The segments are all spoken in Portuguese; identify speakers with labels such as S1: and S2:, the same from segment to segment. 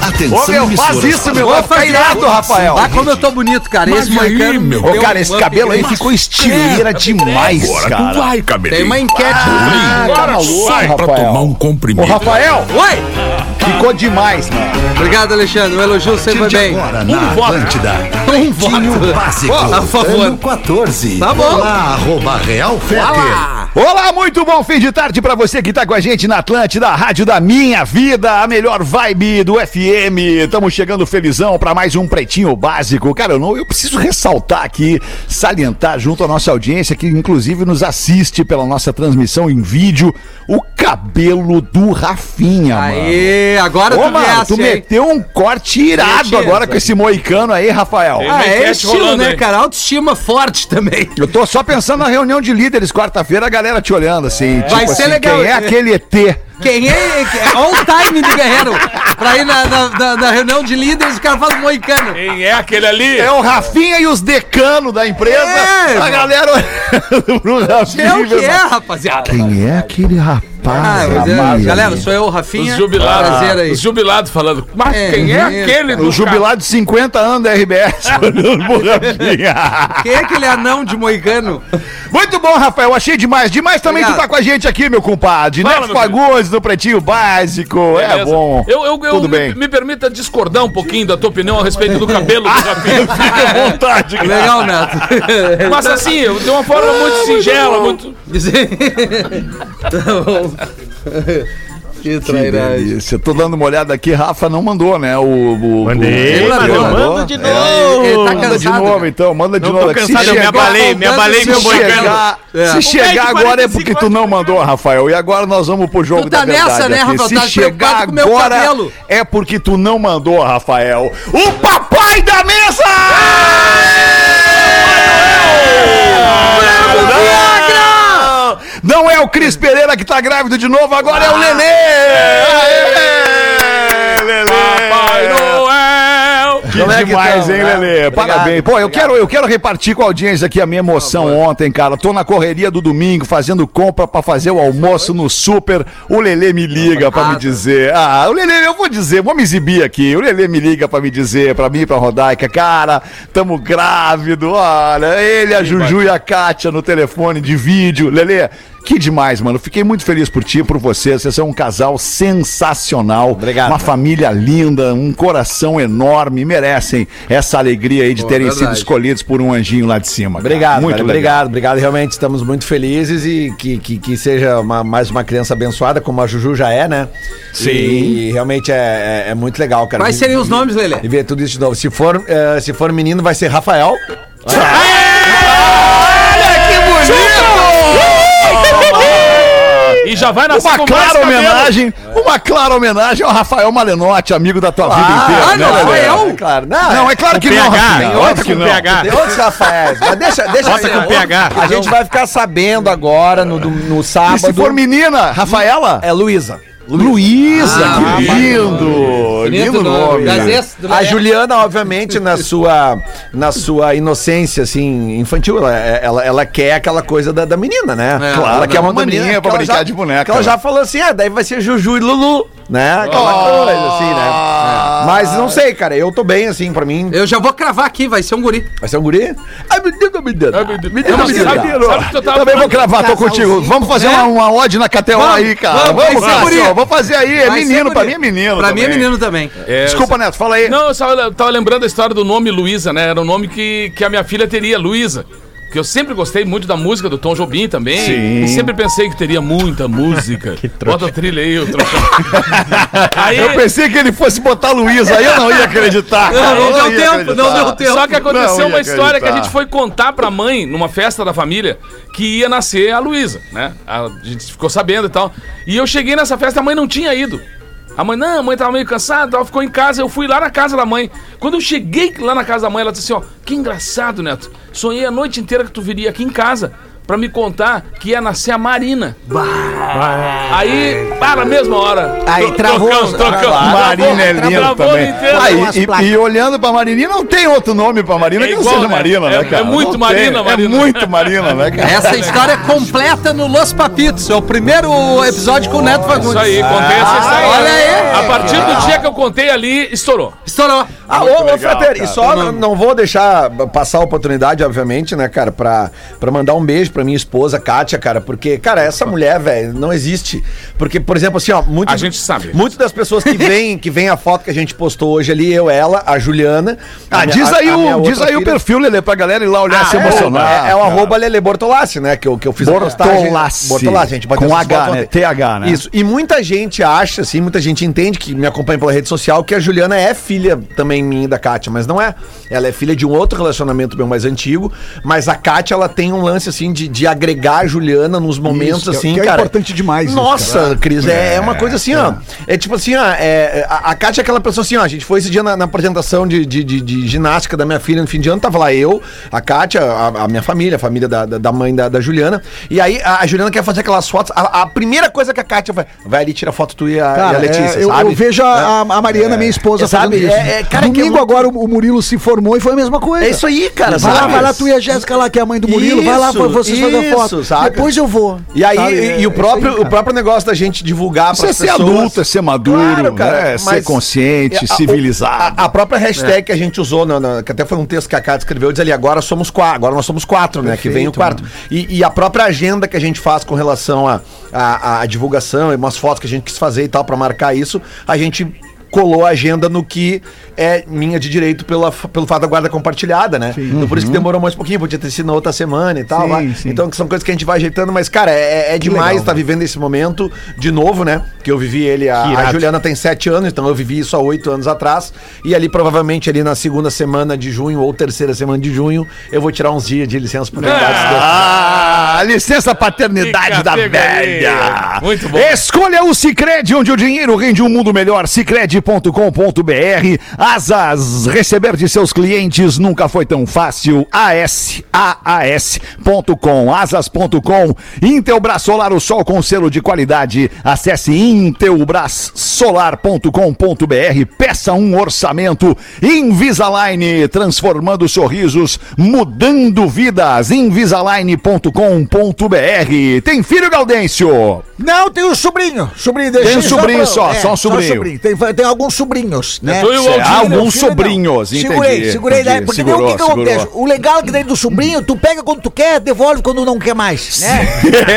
S1: Atenção,
S2: Ô, meu, faz
S1: emissoras.
S2: isso, é meu.
S3: Ô,
S2: Vai ficar
S3: Fabiano,
S4: um
S2: irado, Rafael.
S3: Ah, como eu tô bonito, cara. Esse
S4: Mas aí,
S3: moicano me
S4: meu,
S3: deu
S2: Ô, cara,
S3: um
S2: esse
S3: up
S2: cabelo aí
S3: grande.
S2: ficou estileira demais,
S4: Agora
S2: cara.
S4: tu vai, cabelinho.
S3: É, Tem uma enquete.
S2: Ah,
S3: pra mim.
S2: tá
S4: Agora
S2: maluco,
S4: sai pra
S2: Rafael.
S4: tomar um
S2: Ô,
S4: comprimido.
S2: Rafael,
S3: Oi!
S2: ficou demais, mano.
S3: Obrigado, Alexandre. O elogio você foi
S1: de
S3: bem.
S1: agora na
S4: voto.
S1: Atlântida.
S3: Um
S1: Tinho
S3: voto.
S1: básico.
S3: Ó, a favor.
S1: Ano 14.
S3: Tá bom.
S1: Olá, arroba Real Fetter.
S2: Olá, muito bom fim de tarde pra você que tá com a gente na Atlântida, a rádio da minha vida, a melhor vibe do FM. Estamos chegando felizão pra mais um Pretinho Básico. Cara, eu, não, eu preciso ressaltar aqui, salientar junto à nossa audiência, que inclusive nos assiste pela nossa transmissão em vídeo, o cabelo do Rafinha, mano.
S3: Aê, agora
S2: Ô,
S3: tu
S2: mano,
S3: viesse,
S2: tu
S3: hein?
S2: meteu um corte irado
S3: Metido,
S2: agora com esse moicano aí, Rafael.
S5: Tem
S3: Ah,
S5: uma
S3: é
S5: enquete
S3: estilo,
S5: rolando
S3: né,
S5: aí.
S3: cara? Autoestima forte também.
S2: Eu tô só pensando na reunião de líderes quarta-feira, a galera te olhando assim. tipo
S3: Vai ser
S2: assim,
S3: legal.
S2: Quem é aquele ET?
S3: Quem é? Olha o time do Guerreiro. Pra ir na, na- na- na reunião de líderes, o cara fala moicano.
S5: Quem é aquele ali?
S2: É o Rafinha e os decanos da empresa.
S3: É,
S2: a
S3: mano.
S2: galera olhando pro Rafinha.
S3: É o que é,
S2: mano.
S3: rapaziada.
S2: Quem é aquele
S3: Ah,
S2: rapaz?
S3: mas é,
S2: amado?
S3: galera, sou eu, Rafinha.
S5: Os jubilados.
S2: Ah,
S3: Prazer aí.
S5: os jubilados falando. Mas
S3: É,
S5: quem é,
S3: é,
S5: aquele
S2: o jubilado de 50 anos da RBS olhando pro Rafinha.
S3: Quem é aquele anão de moicano?
S2: Muito bom, Rafael. Achei demais. Demais também
S3: Obrigado.
S2: tu tá com a gente aqui, meu compadre.
S5: Fala,
S2: Neto
S5: meu querido.
S2: Fagundes, do Pretinho Básico. É
S5: Beleza.
S2: bom.
S5: Eu, eu, eu
S2: Tudo
S5: me,
S2: bem. Ah,
S5: me permita discordar um pouquinho da tua opinião a respeito do cabelo do Rafinha.
S2: Fica à
S6: tá
S2: vontade, cara.
S3: Legal, Neto.
S5: Mas assim, eu- de uma forma
S2: Ah,
S5: muito singela, muito.
S3: tá bom. Que
S2: Que
S3: trairagem.
S2: delícia. Eu tô dando uma olhada aqui, Rafa não mandou, né? O, o
S6: Mandei,
S2: o-
S6: mas
S2: mandou.
S6: eu mando de novo.
S3: Ele tá
S2: Manda de
S3: cansado.
S2: novo, então, manda de
S6: Não
S2: novo.
S6: tô
S2: aqui. Se
S6: cansado, eu me
S2: chegar-
S6: abalei, me abalei com
S3: Faltando
S6: o
S2: Se
S6: boicano.
S2: chegar,
S3: É.
S2: se
S3: Um
S2: chegar
S6: de
S2: agora é
S6: 45
S2: porque tu não mandou, Rafael. E agora nós vamos pro jogo
S3: Tu
S2: da
S3: tá
S2: verdade.
S3: nessa, né,
S2: aqui.
S3: Rafael?
S2: Se
S3: Tá
S2: chegar
S3: preocupado com o meu
S2: agora
S3: cabelo.
S2: é porque tu não mandou, Rafael. O papai da mesa! Não! Não é o Cris Pereira que tá grávido de novo, agora
S3: Ah.
S2: é o Lelê! Aê, Lelê!
S5: Ah, Papai Noel!
S2: Que
S3: Como é que
S2: demais,
S3: tão,
S2: hein,
S3: né?
S2: Lelê?
S3: Obrigado,
S2: Parabéns. Pô, eu quero, eu quero repartir com a audiência aqui a minha emoção ontem, cara. Tô na correria do domingo, fazendo compra pra fazer o almoço no super. O Lelê me
S3: tá
S2: liga pra me dizer. Ah, o Lelê, eu vou dizer, vou me exibir aqui. O Lelê me liga pra me dizer, pra mim e pra Rodaica, cara, tamo grávido. Olha, ele, a Juju e a Kátia no telefone de vídeo. Lelê. Que demais, mano. Fiquei muito feliz por ti, por você. Vocês são um casal sensacional. Obrigado. Uma família linda, um coração enorme. Merecem essa alegria aí de terem sido
S3: verdade.
S2: escolhidos por um anjinho lá de cima. cara.
S7: Obrigado,
S2: muito
S7: cara,
S2: legal.
S7: obrigado, obrigado. Realmente estamos muito felizes e que, que, que seja uma- mais uma criança abençoada, como a Juju já é, né? Sim. E realmente é, é- é muito legal, cara.
S3: Quais
S7: E-
S3: seriam os
S7: e-
S3: nomes, Lelê?
S7: E ver tudo isso de novo. Se for, eh, se for menino, vai ser Rafael.
S5: E já vai nascer
S2: Uma
S5: com mais
S2: clara
S5: cabelo.
S2: homenagem, uma clara homenagem ao Rafael Malenotti, amigo da tua vida inteira.
S3: ah, não,
S2: né, Lelê?
S3: Rafael?
S7: É claro. Não,
S2: Não, é claro que não,
S6: PH,
S2: Rafinha.
S6: tem
S2: Óbvio
S6: outros
S2: que
S6: com
S2: não.
S6: PH.
S7: Tem outros Rafaéis, mas deixa, deixa
S6: Bota com PH.
S7: A gente vai ficar sabendo agora no, dom- no
S2: E
S7: sábado.
S2: se for menina, Rafaela?
S7: É Luísa.
S2: Luísa,
S3: Ah,
S2: que lindo! Lindo nome.
S3: Das
S4: é
S2: cara.
S3: ex do
S7: A
S3: Lelê.
S7: Juliana, obviamente, na sua, na sua inocência, assim, infantil, ela, ela, ela quer aquela coisa da, da menina, né?
S3: É,
S7: Ela
S2: claro,
S7: quer uma da
S2: maninha
S7: menina
S2: pra
S7: que ela
S2: brincar
S7: já-
S2: de boneca.
S7: Que ela já falou assim, ah, daí vai ser Juju e Lulu, né? Aquela
S2: Ah.
S7: coisa, assim, né? É. Mas não sei, cara, eu tô bem, assim, pra mim.
S3: Eu já vou cravar aqui, vai ser um guri.
S7: Vai ser um guri? Ai, me deu, me deu.
S5: Me deu,
S7: Me deu, me
S5: me deu.
S7: deu.
S5: Sabe- sabe que eu tava
S2: Também vou
S5: falando?
S2: cravar, tô contigo. Vamos fazer uma, uma ode na KTO aí, cara.
S3: vamos,
S2: Vamos,
S3: vai ser
S2: fazer,
S3: bonito.
S2: ó, vamos fazer aí. É
S3: Vai ser
S2: menino,
S3: guri.
S2: pra mim é menino.
S3: Pra mim é
S2: também.
S3: menino também.
S2: Desculpa, Neto, fala aí.
S5: Não, eu só- eu tava lembrando a história do nome Luísa, né? Era o nome que, que a minha filha teria, Luísa. Porque eu sempre gostei muito da música do Tom Jobim também.
S2: Sim.
S5: E sempre pensei que teria muita música. Bota a trilha aí, o trouxa. aí,
S2: Eu pensei que ele fosse botar Luísa, aí eu não ia acreditar. cara,
S3: não
S2: eu
S3: deu
S2: ia
S3: tempo,
S2: acreditar.
S3: não deu tempo.
S5: Só que
S2: Não
S5: aconteceu
S2: ia
S5: uma história que a
S2: acreditar.
S5: gente foi contar pra mãe, numa festa da família, que ia nascer a Luísa, né? A gente ficou sabendo e tal. E eu cheguei nessa festa, a mãe não tinha ido. A mãe, não, a mãe tava meio cansada, ela ficou em casa, eu fui lá na casa da mãe. Quando eu cheguei lá na casa da mãe, ela disse assim, ó, que engraçado, Neto. Sonhei a noite inteira que tu viria aqui em casa pra me contar que ia nascer a Marina. Aí, para a mesma hora.
S3: Aí
S5: tro-
S3: travou
S5: Trocamos,
S3: os-
S5: trocamos.
S3: Ah,
S2: Marina é linda
S5: Travou
S2: também.
S5: inteiro.
S2: Ah,
S5: Travou
S2: e- e, e olhando pra Marina, e não tem outro nome pra Marina
S5: É
S2: que não
S5: igual,
S2: seja
S5: né?
S2: Marina, né,
S5: É-
S2: cara?
S5: é muito
S2: Não
S5: Marina,
S2: tem. É
S5: Marina.
S2: muito Marina, né, cara?
S7: é
S3: Essa história é completa no Los Papitos. É o É primeiro episódio com o Neto Fagundes.
S2: Ah,
S5: Isso aí, contei essa história.
S3: olha aí.
S5: A A partir do dia que eu contei ali, estourou.
S3: Estourou.
S7: Ah, ô, ô Frater, e só não, não vou deixar passar a oportunidade, obviamente, né, cara, pra, pra mandar um beijo pra minha esposa, Kátia, cara, porque, cara, essa mulher, velho, não existe. Porque, por exemplo, assim, ó, muito,
S5: A gente sabe.
S7: Muitas das pessoas que vêm, que vêm a foto que a gente postou hoje ali, eu, ela, a Juliana. a
S2: Ah,
S7: minha-
S2: diz
S7: a-
S2: aí,
S7: a minha
S2: o,
S7: outra
S2: diz aí o
S7: filha.
S2: perfil, Lelê, pra galera ir lá olhar se
S7: é,
S2: emocionar. Ah.
S7: É, é o arroba Lele Bortolassi, né? Que eu, que eu fiz
S2: Bortolassi.
S7: Bortolassi, gente. bateu
S2: Com
S7: essas
S2: H,
S7: fotos
S2: né?
S7: ontem.
S2: TH, né?
S7: Isso. E muita gente acha, assim, muita gente entende que me acompanha pela rede social que a Juliana é filha também minha e da Kátia, mas não é. Ela é filha de um outro relacionamento meu mais antigo, mas a Kátia, ela tem um lance, assim, de, de agregar a Juliana nos momentos,
S2: que é-
S7: assim,
S2: que é
S7: cara.
S2: importante demais isso,
S7: Nossa,
S2: cara.
S7: Cris, é, é uma coisa assim, ó. É tipo assim, ó, é, a, a Kátia é aquela pessoa assim, ó. A gente foi esse dia na, na apresentação de, de- de- de ginástica da minha filha no fim de ano, tava lá eu, a Kátia, a, a minha família, a família da, da- da mãe da, da Juliana. E aí a, a Juliana quer fazer aquelas fotos. A, a primeira coisa que a Kátia vai, vai ali, tira foto tu e a, e a
S4: Cara,
S7: Letícia,
S4: é, eu,
S7: sabe?
S4: eu vejo a, a Mariana, minha esposa,
S7: É, sabe?
S4: fazendo isso.
S7: É, é, cara, que
S4: Domingo
S7: louco.
S4: agora o, o Murilo se formou e foi a mesma coisa.
S7: É isso aí, cara,
S4: Vai lá,
S7: sabe?
S4: vai lá, tu e a Jéssica lá, que é a mãe do Murilo, vai lá,
S7: Isso,
S4: foi vocês fazer
S7: isso,
S4: foto.
S7: saca?
S4: Depois eu vou.
S7: E aí,
S4: Sabe? É
S7: e, e
S4: isso
S7: o, próprio,
S4: aí,
S7: o
S4: cara.
S7: próprio negócio da gente divulgar
S2: Isso é
S7: pras
S2: ser adulto, é ser maduro,
S7: Claro, cara,
S2: né? É ser
S7: mas-
S2: consciente,
S7: É, a- o-
S2: civilizado.
S7: A, a própria hashtag que a gente usou, na- na- que até foi um texto que a Cátia escreveu, diz ali, agora somos quatro, agora nós somos quatro, né? que vem o quarto. E, e a própria agenda que a gente faz com relação à a, a, divulgação e umas fotos que a gente quis fazer e tal, pra marcar isso, a gente colou a agenda no que é minha de direito pela, f- pelo fato da guarda compartilhada, né? Então, por isso
S6: Uhum.
S7: que demorou mais um pouquinho, podia ter sido na outra semana e tal.
S4: Sim,
S7: lá.
S4: sim.
S7: Então que são coisas que a gente vai ajeitando, mas, cara, é, é demais estar vivendo esse momento de novo, né? Que eu vivi ele, a, a Juliana tem sete anos, então eu vivi isso há oito anos atrás. E ali, provavelmente, ali na segunda semana de junho ou terceira semana de junho, eu vou tirar uns dias de licença por ah.
S2: Ah, licença paternidade
S5: Fica
S2: da
S5: pegadinha.
S2: velha.
S5: Muito bom.
S2: Escolha o Cicred, onde o dinheiro rende um mundo melhor. Cicred.com.br. Asas, receber de seus clientes nunca foi tão fácil. AS, AAS.com, asas.com. Intelbras Solar, o sol com selo de qualidade. Acesse intelbrassolar.com.br. Peça um orçamento. Invisalign, transformando sorrisos, mudando vidas. Invisalign.com.br. Tem filho, Gaudêncio?
S4: Não, tem o sobrinho. Sobrinho,
S2: Tem um
S4: isso
S2: sobrinho
S4: pra- É,
S2: só, só um sobrinho.
S4: Tem, tem alguns sobrinhos, né?
S5: Eu e o
S4: Certo.
S5: Aldinho,
S4: Meu
S2: alguns
S4: filho, não.
S2: sobrinhos, entendi.
S4: Segurei, segurei.
S2: entendi.
S4: né? Porque daí
S2: segurou,
S4: o que, que
S2: segurou.
S4: acontece? O legal é que daí do sobrinho, tu pega quando tu quer, devolve quando não quer mais, né?
S5: é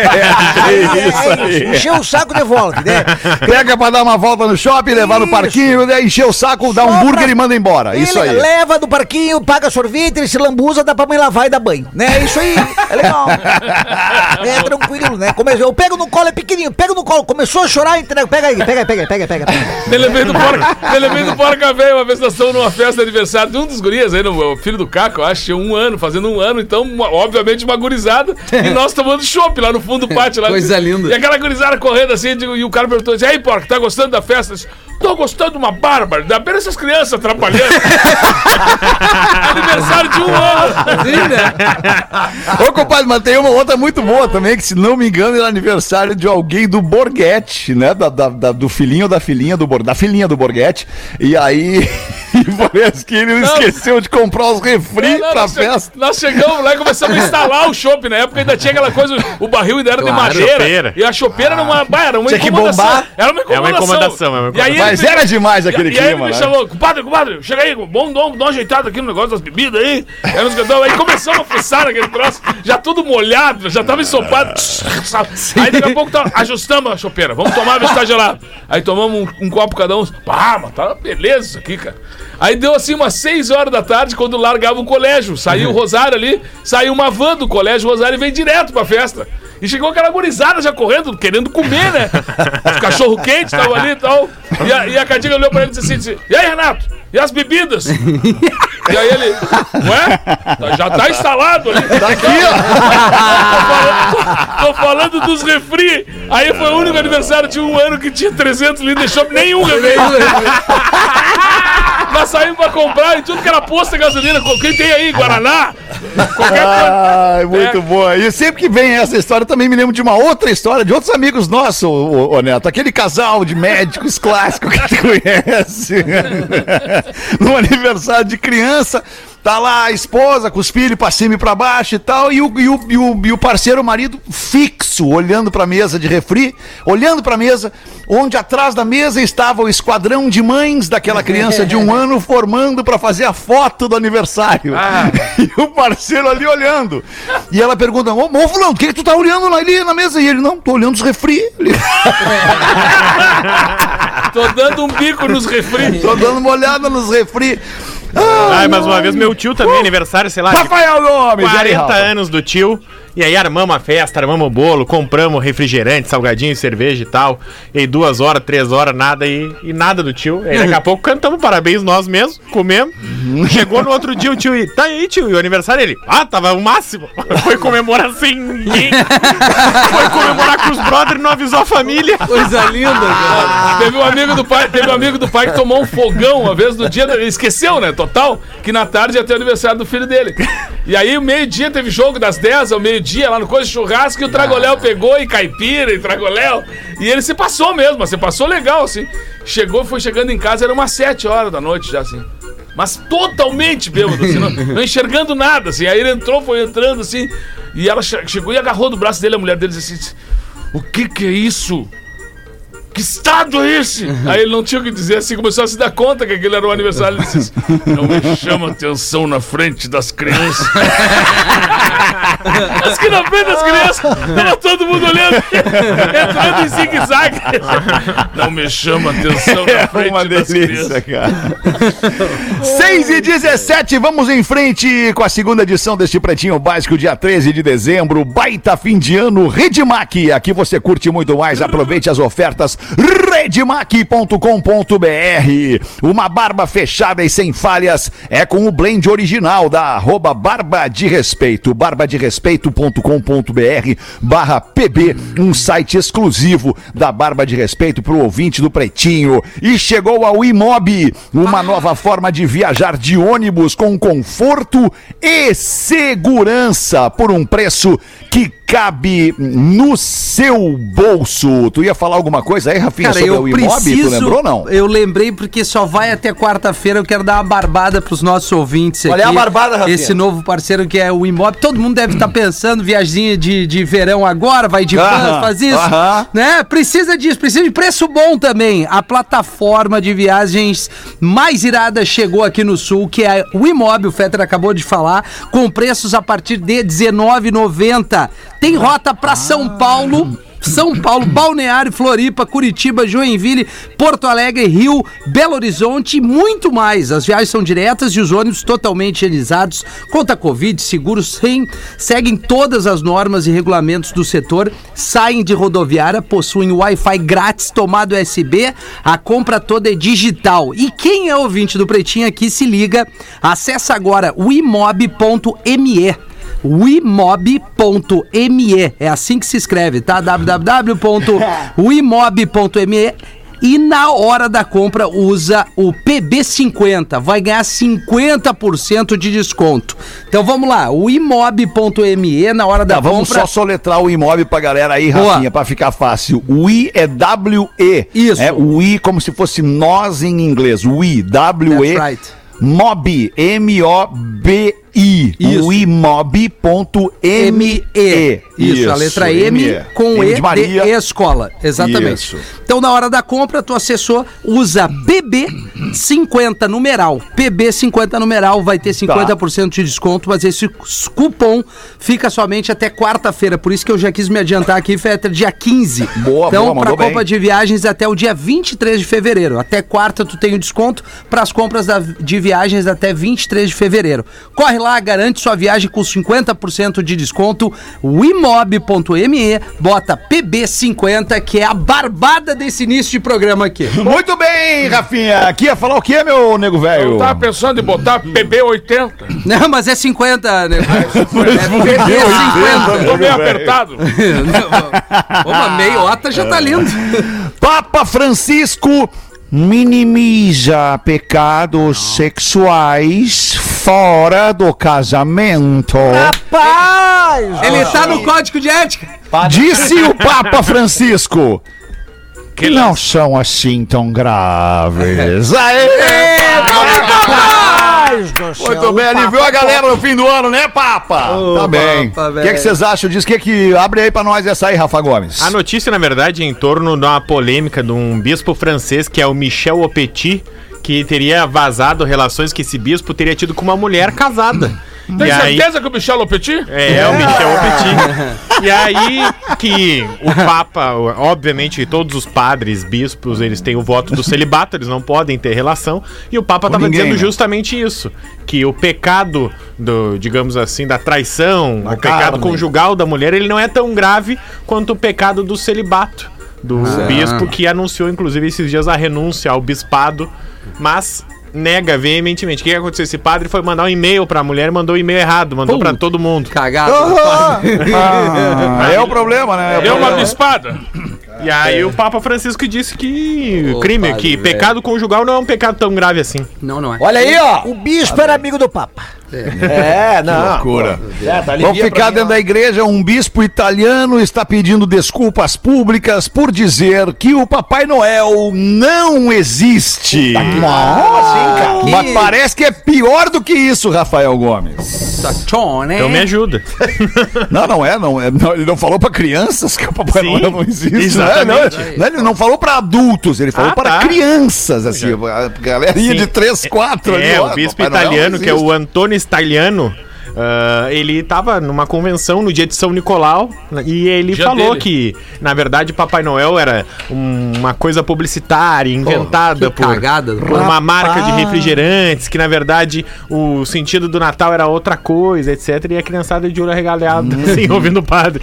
S2: É, isso aí.
S4: Encheu o saco, devolve, né?
S2: Pega pra dar uma volta no shopping, levar no
S4: Isso.
S2: parquinho, né, encher o saco, dar um
S4: Sobra-
S2: burger e manda embora. Isso
S4: Ele
S2: aí.
S4: Leva do parquinho, paga sorvete, ele se lambuza, dá pra mãe lavar e dar banho. Né? É isso aí. É legal. é tranquilo, né? Come- Eu pego no colo, é pequenininho, pego no colo. Começou a chorar, entrega. Pega aí, pega aí, pega aí, pega aí, pega aí.
S5: Me lembrei do porca, me lembrei do porca velho, uma vez nós estamos numa festa de aniversário de um dos gurias aí, no- o filho do Caco, eu acho, tinha um ano, fazendo um ano, então, uma- obviamente, uma gurizada, e nós tomando chopp lá no fundo do pátio. Lá,
S3: Coisa linda.
S5: E aquela gurizada correndo assim, digo, e o cara perguntou assim, aí, porca, tá gostando da festa? Eu disse, Tô gostando de uma bárbara, dá pena essas crianças atrapalhando. Aniversário de um ano.
S2: Ô, compadre, mas tem uma outra muito boa também, que se não me engano era aniversário de alguém do Borghetti, né? Da, da- da- do filhinho ou da filhinha do Borghetti, da filhinha do Borghetti. E aí, e parece que ele esqueceu de comprar os refri
S5: É, Não, não,
S2: pra
S5: nós che-
S2: festa.
S5: Nós chegamos lá e começamos a instalar o chopp. Na época ainda tinha aquela coisa, o barril ainda era de madeira.
S6: chopeira.
S5: E a chopeira era uma. bah, Era uma
S2: Ah. Tinha que
S5: incomodação.
S2: bombar.
S5: Era uma incomodação.
S6: uma incomodação, é uma
S5: E aí ele
S2: Mas
S5: me-
S2: era demais aquele
S5: e, e aí ele
S2: clima,
S5: me
S2: né?
S5: chamou, compadre, compadre, chega aí, um, bom dom, dá uma ajeitada aqui no negócio das bebidas aí. Aí, nos cantamos, aí começamos a fuçar aquele troço, já tudo molhado, já tava ensopado. Aí daqui a pouco tá, ajustamos a chopeira, vamos tomar, ver se tá gelado. Aí tomamos um, um copo cada um, pá, mas tá beleza isso aqui, cara. Aí deu assim umas 6 horas da tarde, quando largava o colégio, saiu o Rosário ali, saiu uma van do colégio Rosário e veio direto pra festa. E chegou aquela gurizada já correndo, querendo comer, né? Os cachorro quente estavam ali e tal. E a, e a Cadiga olhou pra ele e disse assim: disse, E aí, Renato? E as bebidas? e aí ele, ué? Tá- Já tá instalado ali. Tá aqui, ó. tô, falando, tô falando dos refri. Aí foi o único aniversário de um ano que tinha 300 litros de chopp, nenhum refri. Nós saímos pra comprar e tudo que era posto de gasolina. Quem tem aí? Guaraná? Qualquer coisa.
S2: Ai, muito
S5: É.
S2: boa. E sempre que vem essa história, também me lembro de uma outra história de outros amigos nossos, ô, ô, ô, Neto. Aquele casal de médicos clássico que tu conhece. no aniversário de criança. Tá lá a esposa com os filhos pra cima e pra baixo e tal, e o, e o, e o, e o parceiro, o marido, fixo, olhando pra mesa de refri, olhando pra mesa, onde atrás da mesa estava o esquadrão de mães daquela criança de um ano formando pra fazer a foto do aniversário.
S5: Ah.
S2: E o parceiro ali olhando. E ela pergunta, ô, ô fulano, o que, que tu tá olhando lá ali na mesa? E ele, não, tô olhando os refri. Ele,
S5: Tô dando um bico nos refri.
S2: tô dando uma olhada nos refri. Ah,
S6: Ai, mais uma vez, meu tio também, aniversário, sei lá, de
S2: Rafael Gomes! e aí,
S6: 40
S2: Rafa?
S6: anos do tio. E aí armamos a festa, armamos o bolo, compramos refrigerante, salgadinho, cerveja e tal. E aí duas horas, três horas, nada e, e nada do tio. E aí daqui a pouco cantamos parabéns nós mesmos, comemos. Chegou no outro dia o tio e tá aí, tio, e o aniversário ele. Ah, tava o máximo. Foi comemorar sem ninguém. Foi comemorar com os brothers e não avisou a família.
S3: Coisa linda, cara.
S5: Teve um amigo do pai, teve um amigo do pai que tomou um fogão uma vez no dia, do- ele esqueceu, né, total, que na tarde ia ter o aniversário do filho dele. E aí, meio-dia teve jogo das 10 ao meio-dia lá no coisa de churrasco e o Tragoléu pegou e caipira e Tragoléu, e ele se passou mesmo, mas se passou legal assim. Chegou, foi chegando em casa, era umas 7 horas da noite já assim. Mas totalmente bêbado, assim, não, não enxergando nada, assim. Aí ele entrou, foi entrando assim, e ela che- chegou e agarrou do braço dele, a mulher dele disse assim: "O que que é isso?" Que estado é esse? Aí ele não tinha o que dizer, assim começou a se dar conta que aquele era o aniversário. Ele disse: assim, Não me chama atenção na frente das crianças. As que na frente das crianças, tava todo mundo olhando, entrando em zigue-zague. Não me chama atenção
S6: É
S5: na frente
S2: É Uma
S5: das crianças.
S2: delícia, cara. 6 e 17, vamos em frente com a segunda edição deste Pretinho Básico, dia 13 de dezembro. Baita fim de ano, Redmac. Aqui você curte muito mais. Aproveite as ofertas redmac.com.br. Uma barba fechada e sem falhas é com o blend original da arroba Barba de Respeito. barbaderespeito.com.br barra pb, um site exclusivo da Barba de Respeito para o ouvinte do Pretinho. E chegou ao Imob, uma nova forma de viajar de ônibus com conforto e segurança por um preço que cabe no seu bolso. Tu ia falar alguma coisa aí, Rafinha,
S3: Cara,
S2: sobre
S3: eu
S2: o Imob? Tu
S3: preciso.
S2: lembrou ou não?
S3: Eu lembrei porque só vai até quarta-feira. Eu quero dar uma barbada pros nossos ouvintes
S2: é
S3: aqui.
S7: Olha a barbada, Rafinha.
S3: Esse novo parceiro que é o Imob. Todo mundo deve estar pensando, viaginha de, de verão agora, vai de
S2: Aham,
S3: van, faz isso.
S2: aham.
S3: Né? Precisa disso, precisa de preço bom também. A plataforma de viagens mais irada chegou aqui no sul, que é o Imob, o Fetter acabou de falar, com preços a partir de R$19,90. Tem rota
S2: Ah.
S3: para São Paulo. São Paulo, Balneário, Floripa, Curitiba, Joinville, Porto Alegre, Rio, Belo Horizonte e muito mais. As viagens são diretas e os ônibus totalmente higienizados, conta Covid, seguros sem, seguem todas as normas e regulamentos do setor, saem de rodoviária, possuem Wi-Fi grátis, tomado USB, a compra toda é digital. E quem é ouvinte do Pretinho aqui se liga, acessa agora o imob.me wimob.me. É assim que se escreve, tá? www.wimob.me. E na hora da compra usa o PB50, vai ganhar 50% de desconto. Então vamos lá, o imob.me na hora da
S2: Tá, vamos
S3: compra.
S2: só soletrar o imóvel pra galera aí,
S3: Boa.
S2: Rafinha, pra ficar fácil. O I é W-E.
S3: Isso.
S2: É o I como se fosse nós em inglês. O I, W-E.
S3: That's right.
S2: Mob, M-O-B-I.
S3: Isso.
S2: O imob.me.
S3: M-E. Isso, a letra M,
S2: M
S3: com E
S2: de
S3: de,
S2: Maria.
S3: escola. Exatamente.
S2: Isso.
S3: Então, na hora da compra, tu assessor usa PB50 numeral. PB50 numeral vai
S2: Tá.
S3: ter 50% de desconto, mas esse cupom fica somente até quarta-feira. Por isso que eu já quis me adiantar aqui, Fetter, dia 15.
S2: Boa,
S3: então,
S2: boa,
S3: pra
S2: mandou
S3: compra
S2: bem.
S3: de viagens até o dia 23 de fevereiro. Até quarta tu tem o desconto para as compras da- de viagens até 23 de fevereiro. Corre lá, garante sua viagem com 50% de desconto. Wimob.me, bota PB50, que é a barbada desse início de programa aqui.
S2: Muito bem, Rafinha. Aqui ia falar o quê, meu nego velho?
S5: Eu tava pensando em botar PB80.
S3: Não, mas é 50, né? É
S5: Tô
S6: Ah,
S3: PB50.
S5: meio apertado.
S3: Uma meiota já
S2: É.
S3: tá lindo.
S2: Papa Francisco minimiza pecados sexuais fora do casamento.
S4: Rapaz!
S3: Ele tá no código de ética.
S2: Disse o Papa Francisco. Que não são assim tão graves. Aê!
S4: Deus do céu.
S2: Muito bem,
S4: o
S2: aliviou
S4: Papa-
S2: a galera no fim do ano, né, Papa? tá bem.
S3: Papa,
S2: O que é que
S3: velho.
S2: vocês acham disso? O que é que abre aí pra nós essa aí, Rafa Gomes?
S6: A notícia, na verdade, é em torno de uma polêmica de um bispo francês que é o Michel Opetit, que teria vazado relações que esse bispo teria tido com uma mulher casada.
S5: Tem certeza que o Michel Lopetit?
S6: É, é o Michel Opetit. E aí que o Papa, obviamente, todos os padres, bispos, eles têm o voto do celibato, eles não podem ter relação. E o Papa estava
S2: ninguém,
S6: dizendo
S2: né?
S6: justamente isso: que o pecado do, digamos assim, da traição, o pecado
S7: carne.
S6: conjugal da mulher, ele não é tão grave quanto o pecado do celibato. Do bispo que anunciou, inclusive, esses dias a renúncia ao bispado, mas nega veementemente. O que que aconteceu? Esse padre foi mandar um e-mail pra mulher, mandou o e-mail errado, mandou pra todo mundo.
S3: Cagado.
S2: Oh. Ah, é o problema, né? É o
S5: Deu
S2: problema.
S5: uma bispada.
S6: E aí o Papa Francisco disse que
S3: Ô,
S6: crime,
S3: padre,
S6: que
S3: velho.
S6: pecado conjugal não é um pecado tão grave assim.
S3: Não, não é.
S7: Olha aí, ó.
S4: O bispo era amigo do Papa.
S7: É, não.
S2: Loucura.
S7: É, tá
S2: Vamos ficar dentro da igreja. Um bispo italiano está pedindo desculpas públicas por dizer que o Papai Noel não
S6: Tá
S2: existe.
S6: Ah,
S7: assim,
S2: Mas parece que é pior do que isso, Rafael Gomes.
S3: Satchon, né?
S5: É?
S6: Então me ajuda.
S2: Não, não é, não é. não, ele não falou para crianças que o Papai
S6: Sim,
S2: Noel não existe.
S6: exatamente.
S2: Não, é, não, ele não falou para adultos, ele falou
S6: Ah,
S2: para
S6: tá.
S2: crianças, assim, a galerinha
S6: Sim.
S2: de 3, 4
S6: É, o bispo italiano, que é o Antônio Staliano, ah, ele estava numa convenção no dia de São Nicolau e ele
S5: Dia
S6: falou
S5: dele.
S6: que, na verdade, o Papai Noel era um- uma coisa publicitária, inventada
S3: que cagada.
S6: por uma marca de refrigerantes, que, na verdade, o sentido do Natal era outra coisa, etc. E a criançada de olho arregalhado, assim, ouvindo o padre.